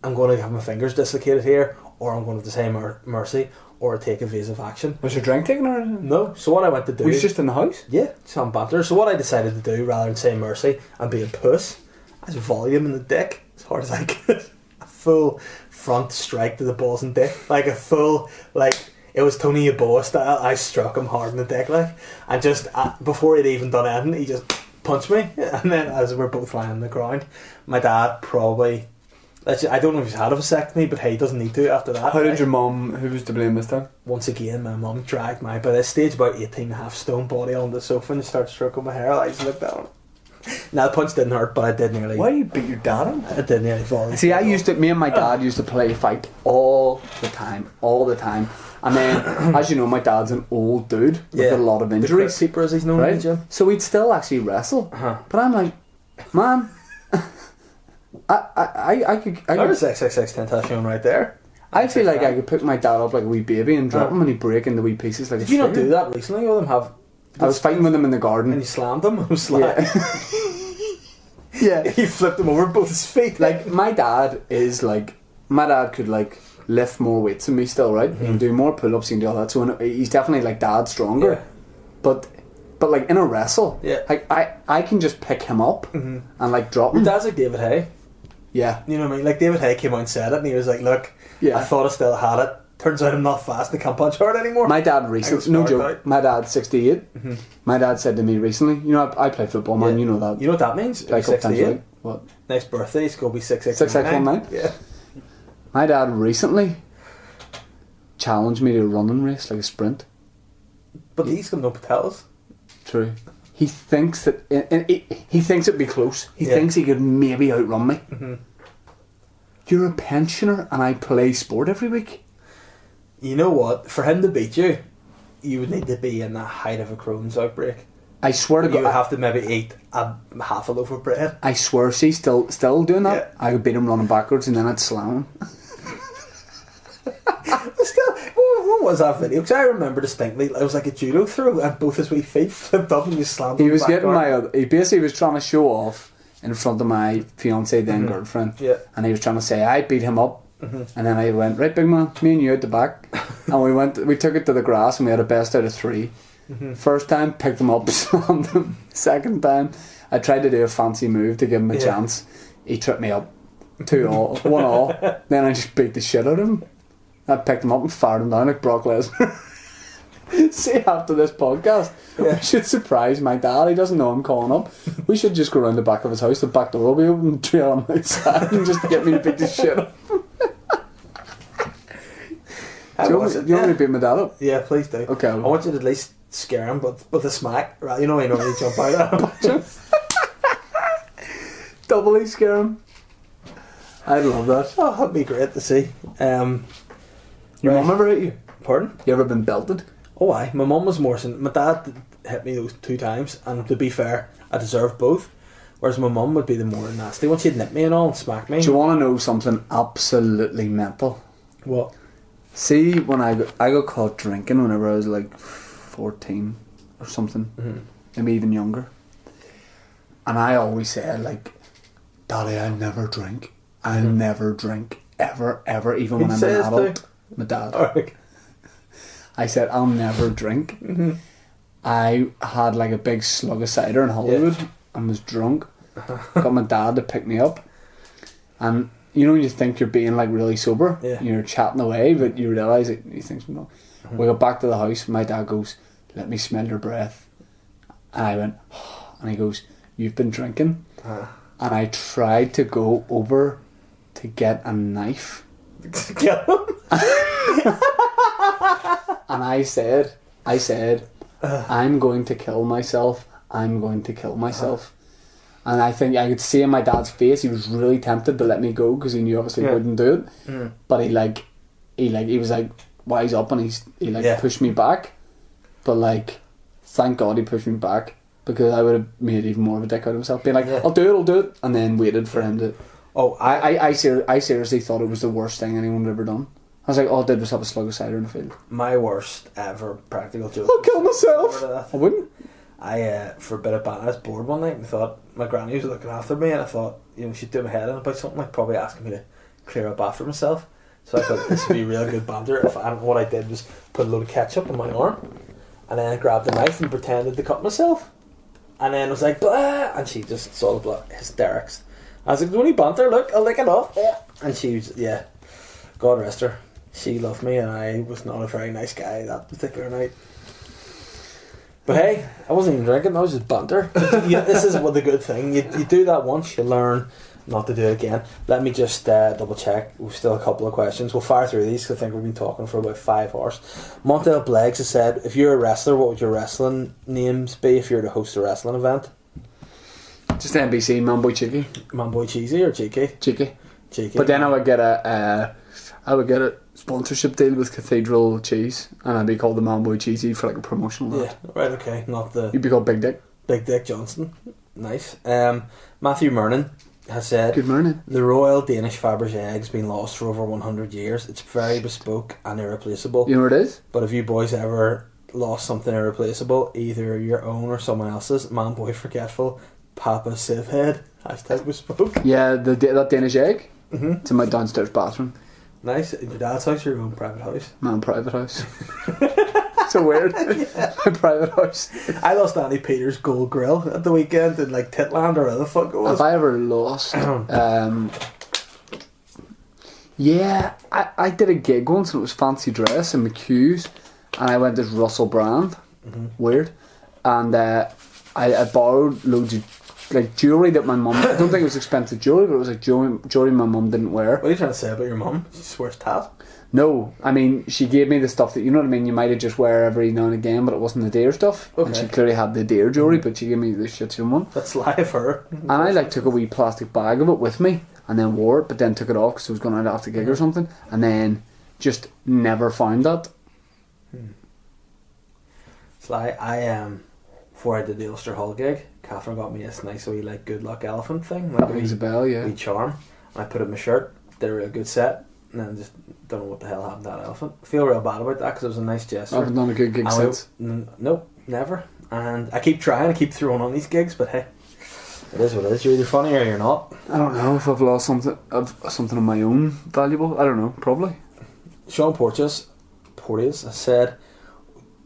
I'm going to have my fingers dislocated here, or I'm going to say mer- mercy, or take evasive action. Was your drink taken or anything? No. So what I went to do We was just in the house. yeah, some banter. So what I decided to do, rather than say mercy and be a puss, I just volleyed him in the dick as hard as I could. a full front strike to the balls and dick, like a full like it was Tony Yeboah style. I struck him hard in the dick, like, and just uh, before he'd even done anything, he just punched me, and then as we're both lying on the ground, my dad probably. Let's I don't know if he's had a vasectomy, but hey, he doesn't need to after that. How like did your mum? Who was to blame this time? once again, my mum dragged my, by this stage, about 18 and a half stone body on the sofa and started stroking my hair. I just looked down. Now, the punch didn't hurt, but I did nearly. Why do you beat your dad up? I did nearly volley. See, I used to. Me and my dad used to play fight all the time, all the time. And then, as you know, my dad's an old dude with a lot of injuries, The crypt keeper, as he's known in the right? gym. So we'd still actually wrestle. Uh-huh. But I'm like, man, I, I, I, I could, That I, could, was XXX Tentacion right there. I feel like I could pick my dad up like a wee baby and drop Uh-huh. him and he'd break into wee pieces. Like Did a you not finger. do that recently? All them have. I was fighting with him in the garden. And you slammed them? I was like. Yeah. Yeah. he flipped him over both his feet. like my dad is like my dad could like lift more weights than me still right he Mm-hmm. can do more pull-ups he can do all that so in- he's definitely like dad stronger Yeah. but but like in a wrestle Yeah. Mm-hmm. like I I can just pick him up and like drop him Dad's like David Hay. yeah You know what I mean? Like David Hay came out and said it, and he was like, "Look, Yeah. I thought I still had it. Turns out I'm not fast. and I can't punch hard anymore." my dad recently I no was joke smart, my dad's 68 my dad said to me recently you know I, I play football man Mm-hmm. Yeah. you know that You know what that means? like up times 68. like what Next birthday, it's gonna be six six 6619. Yeah. my dad recently challenged me to a running race like a sprint But these come no potatoes. True. He thinks that, and and he, he thinks it'd be close. He Yeah. Mm-hmm. thinks he could maybe outrun me. You're a pensioner, and I play sport every week. You know what? For him to beat you, you would need to be in the height of a Crohn's outbreak. I swear to You God, would I, have to maybe eat a half a loaf of bread. I swear, see, still, still doing that. Yeah. I would beat him running backwards, and then I'd slam him. Still, what, what was that video? Because I remember distinctly, it was like a judo throw, and both his wee feet flipped up and you slammed. He him was back getting on. my, oth- he basically was trying to show off in front of my fiance then girlfriend. Mm-hmm. Yeah. Mm-hmm. and he was trying to say I beat him up. And then I went, right, big man, me and you at the back. and we went, we took it to the grass and we had a best out of 3 Mm-hmm. First time, picked him up, slammed him. Second time, I tried to do a fancy move to give him a Yeah. chance. He tripped me up, two all, one all. Then I just beat the shit out of him. I picked him up and fired him down like Brock Lesnar. See, after this podcast, we should surprise my dad. He doesn't know I'm calling up. We should just go round the back of his house. The back door will be open, trail him outside, and just get me to beat the shit up. How Do you want was me, it? do you want me Yeah. to beat my dad up? Yeah, please do. Okay. I want you to at least scare him, but with a smack, right? You know, you normally jump out. at him. Doubly scare him. E, I love that. oh, that'd be great to see. Um, Your Right. mum ever hit you? pardon? You ever been belted? Oh, I. My mum was more than my dad hit me those two times, and to be fair, I deserved both. Whereas my mum would be the more nasty one. She'd nip me and all, and smack me. Do you want to know something absolutely mental? What? See, when I got, I got caught drinking whenever I was like 14 or something, maybe even younger. And I always said, like, Daddy, I'll never drink. I'll never drink. Ever, ever, even when I'm an says adult. to- My dad. Alright. I said, I'll never drink. I had like a big slug of cider in Hollywood and was drunk. Got my dad to pick me up. And you know, when you think you're being like really sober, Yeah. you're chatting away, but you realise it, you think, no. We got back to the house, my dad goes, Let me smell your breath. And I went, and he goes, You've been drinking. And I tried to go over to get a knife. Get him. And I said, I said, I'm going to kill myself. I'm going to kill myself. Uh-huh. And I think I could see in my dad's face, he was really tempted to let me go because he knew obviously Yeah. Mm. wouldn't do it. But he like, he like, he was like, wise up and he's, he like Yeah. pushed me back. But like, thank God he pushed me back because I would have made even more of a dick out of himself. Being like, Yeah. I'll do it, I'll do it. And then waited for him to. Oh, I. I, I, I, ser- I seriously thought it was the worst thing anyone had ever done. I was like, all I did was have a slug of cider in the field. My worst ever practical joke. I'll kill myself. Remember I wouldn't. I, uh, for a bit of ban, I was bored one night and thought my granny was looking after me, and I thought, you know, she'd do my head in about something, like probably asking me to clear up after myself. So I thought this would be real good banter. If I, and what I did was put a load of ketchup on my arm, and then I grabbed a knife and pretended to cut myself, and then I was like, blah, and she just saw the blood hysterics. I was like, "It's only banter, look, I'll lick it off. Yeah. And she was, yeah, God rest her. She loved me, and I was not a very nice guy that particular night. But hey, I wasn't even drinking. That was just banter. You- this is what the good thing. You, you do that once, you learn not to do it again. Let me just uh, double check. We've still a couple of questions. We'll fire through these 'cause I think we've been talking for about five hours. Montel Bleggs has said, "If you're a wrestler, what would your wrestling names be if you were to host a wrestling event? Just NBC, Mambo Chicky. Manboy Cheesy or Cheeky? Chicky. Cheeky. But then I would get a, uh, I would get a sponsorship deal with Cathedral Cheese, and I'd be called the Mambo Cheesy for like a promotional. ad. yeah, right. Okay, not the You'd be called Big Dick. Big Dick Johnson. Nice. Um, Matthew Mernon has said, Good morning. The Royal Danish Faberge egg's been lost for over 100 years. It's very bespoke and irreplaceable. You know what it is? But have you boys ever lost something irreplaceable, either your own or someone else's? Man, boy, forgetful, Papa Sivhead. Hashtag bespoke. Yeah, the da- that Danish egg. Mm-hmm. It's in my downstairs bathroom, Nice. Your dad's house, your own private house. my private house. so weird. my private house. I lost Annie Peters' gold grill at the weekend in like Titland or whatever the fuck it was. Have I ever lost? um, yeah, I, I did a gig once and it was fancy dress in McHugh's, and I went as Russell Brand. Weird. And uh, I, I borrowed loads of like jewelry that my mum. I don't think it was expensive jewelry, but it was like jewelry, jewelry my mum didn't wear. What are you trying to say about your mum? She swears tat. No, I mean she gave me the stuff that you know what I mean. You might have just wear every now and again, but it wasn't the deer stuff. And Okay. she clearly had the deer jewelry, but she gave me the shit she didn't want. That's lie of her. And I like took a wee plastic bag of it with me, and then wore it, but then took it off because I was going out after gig or something, and then just never found that. It's lie. I um, before I did the Ulster Hall gig, Catherine got me this nice wee like good luck elephant thing, like a wee, Rings a bell, yeah. wee charm. And I put it in my shirt. Did a real good set, and then just don't know what the hell happened to that elephant. feel real bad about that because it was a nice I gesture. haven't done a good gig I since. went, "N- nope, never. And I keep trying, I keep throwing on these gigs, but hey, it is what it is. You're either funny or you're not. I don't know if I've lost something of something of my own valuable. I don't know, probably. Sean Porteous, Porteous, I said,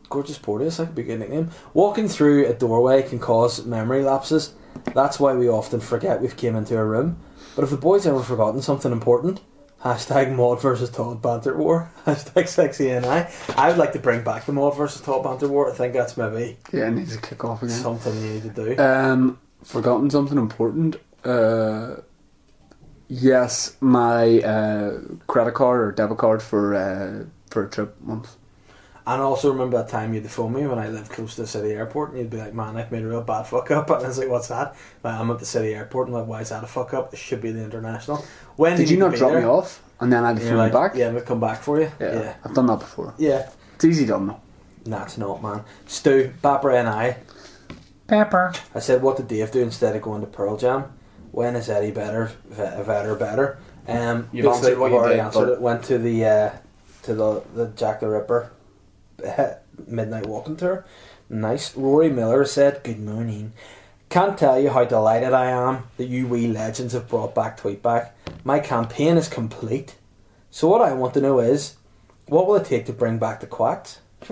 gorgeous Porteous, that could be a good nickname. Walking through a doorway can cause memory lapses. That's why we often forget we've came into a room. But if the boys ever forgotten something important, hashtag Maud versus Todd Banter War, hashtag sexy and I, I would like to bring back the Maud versus Todd Banter War. I think that's maybe Yeah, I need to kick off again. something you need to do. Um, forgotten something important. Uh, yes, my uh, credit card or debit card for uh, for a trip once. And I also remember that time you'd phone me when I lived close to the city airport, and you'd be like, "Man, I've made a real bad fuck up." And I was like, "What's that?" Like, I'm at the city airport, and I'm like, "Why is that a fuck up? It should be the international." When Did you you need to not be drop there? me off and then I had to And phone you're you like, back? Yeah, we'll come back for you. yeah, yeah, I've done that before. yeah. It's easy done though. Nah, it's not, man. Stu, Barbara, and I. Pepper. I said, "What did Dave do instead of going to Pearl Jam? When is Eddie better? Ve- Vetter better?" Um, You've looks answered like what we've you already did, answered but- it. Went to the uh, to the the Jack the Ripper midnight walking tour. Nice. Rory Miller said, "Good morning." Can't tell you how delighted I am that you wee legends have brought back Tweetback. My campaign is complete. So what I want to know is, what will it take to bring back the Quacks?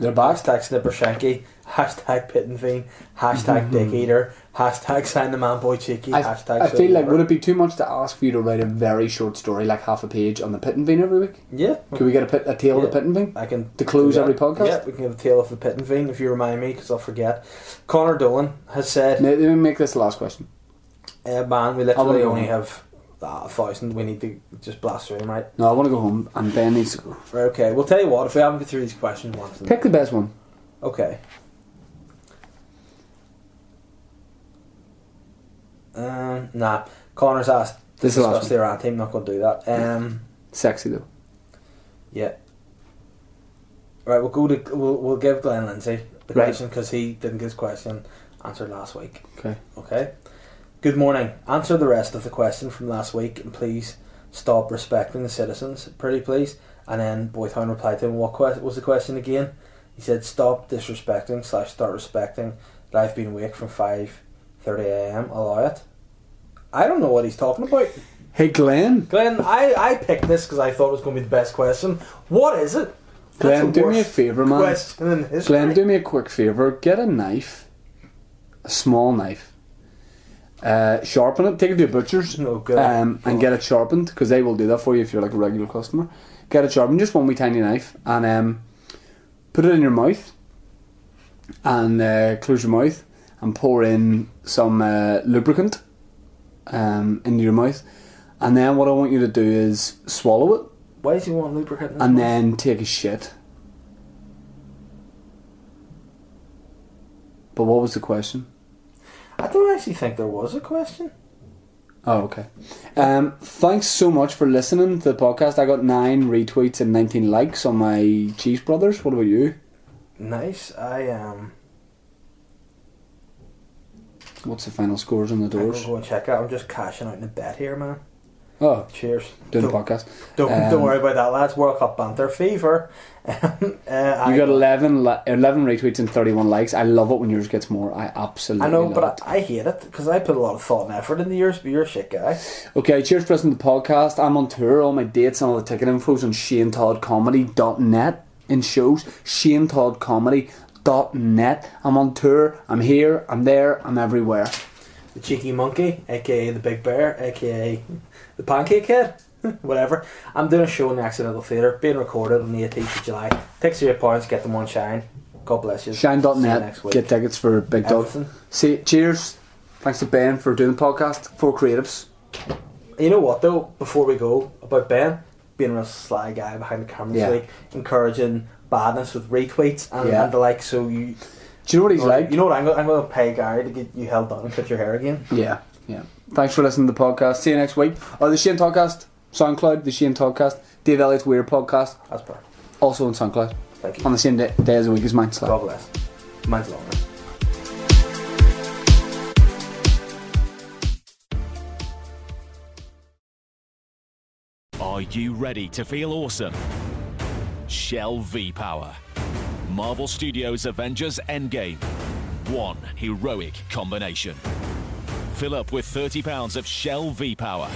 They're back. Hashtag Snipper Shanky. Hashtag Pit and Fiend. Hashtag Dick Eater. Hashtag Sign the Man Boy Cheeky. I, hashtag I feel like Silver. would it be too much to ask for you to write a very short story, like half a page, on the pit and vein every week? Yeah. Could we get a, pit, a tale of Yeah. the pit and vein? I can To close do that. every podcast? Yeah, we can have a tale of the pit and fiend if you remind me, because I'll forget. Connor Dolan has said, Let me make this the last question. uh, "Man, we I'll literally go only on. have uh, a thousand. We need to just blast through them, right? No, I want to go home, and Ben needs to go. Right, Okay. We'll tell you what. If we haven't got through these questions once, then- Pick the best one. okay. Um, nah. Connor's asked. This is the last discuss the Iran team. Not going to do that. Um. Sexy though. Yeah. Right, we'll go to we'll, we'll give Glenn Lindsay the Right. question because he didn't get his question answered last week. Okay. Okay. Good morning. Answer the rest of the question from last week and please stop respecting the citizens, pretty please. And then Boytown replied to him, "What que- was the question again?" He said, "Stop disrespecting slash start respecting that I've been awake from five thirty a.m. Allow it." I don't know what he's talking about. Hey Glenn. Glenn, I, I picked this because I thought it was going to be the best question. What is it? That's Glenn, the do me a worst favour, man. Question in history. Glenn, do me a quick favour. Get a knife, a small knife. Uh, sharpen it. Take it to a butcher's Oh, good. um, and get it sharpened because they will do that for you if you're like a regular customer. Get it sharpened, just one wee tiny knife, and um, put it in your mouth, and uh, close your mouth, and pour in some uh, lubricant um, into your mouth, and then what I want you to do is swallow it, Why does he want lubricant? in his and mouth? then take a shit. But what was the question? I don't actually think there was a question. Oh, okay. Um, thanks so much for listening to the podcast. I got nine retweets and 19 likes on my Cheese Brothers. What about you? Nice. I um. What's the final scores on the I'm doors? gonna go and check out. I'm just cashing out in the bet here, man. Oh, Cheers. doing Don't- a podcast. Don't, Um, don't worry about that, lads. World Cup banter fever. uh, I, You got 11, li- 11 retweets and 31 likes. I love it when yours gets more. I I absolutely know, love but it. I, I hate it because I put a lot of thought and effort into yours, but you're a shit guy. Okay, cheers for listening to the podcast. I'm on tour. All my dates and all the ticket info's on ShaneToddComedy.net and shows. ShaneToddComedy.net. I'm on tour. I'm here. I'm there. I'm everywhere. The cheeky monkey, aka the big bear, aka the pancake kid, whatever. I'm doing a show in the Accidental Theatre, being recorded on the 18th of July. Picks of your parents, get them on Shine. God bless you. See you Shine.net. next week. Get tickets for Big Dog. Everything. See, cheers. Thanks to Ben for doing the podcast. For creatives. You know what though? Before we go about Ben being a real sly guy behind the camera, Yeah. like encouraging badness with retweets and, Yeah. and the like. So you, Do you know what he's like? Oh, you know what? I'm going, I'm going to pay Gary to get you held down and cut your hair again. Yeah, yeah. Thanks for listening to the podcast. See you next week. Oh, the Shane Podcast, SoundCloud, the Shane Podcast, Dave Elliott's Weird Podcast, That's perfect. also on SoundCloud. Thank you. On the same day, day as the week as mine. Slap. God bless. Mine's longer. Are you ready to feel awesome? Shell V Power. Marvel Studios Avengers Endgame. One heroic combination. Fill up with £30 of Shell V Power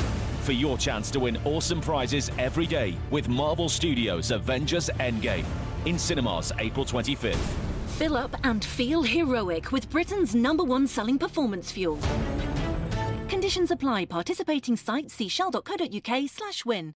for your chance to win awesome prizes every day with Marvel Studios Avengers Endgame. In cinemas, April 25th. Fill up and feel heroic with Britain's number one selling performance fuel. Conditions apply. Participating sites see shell.co.uk slash win.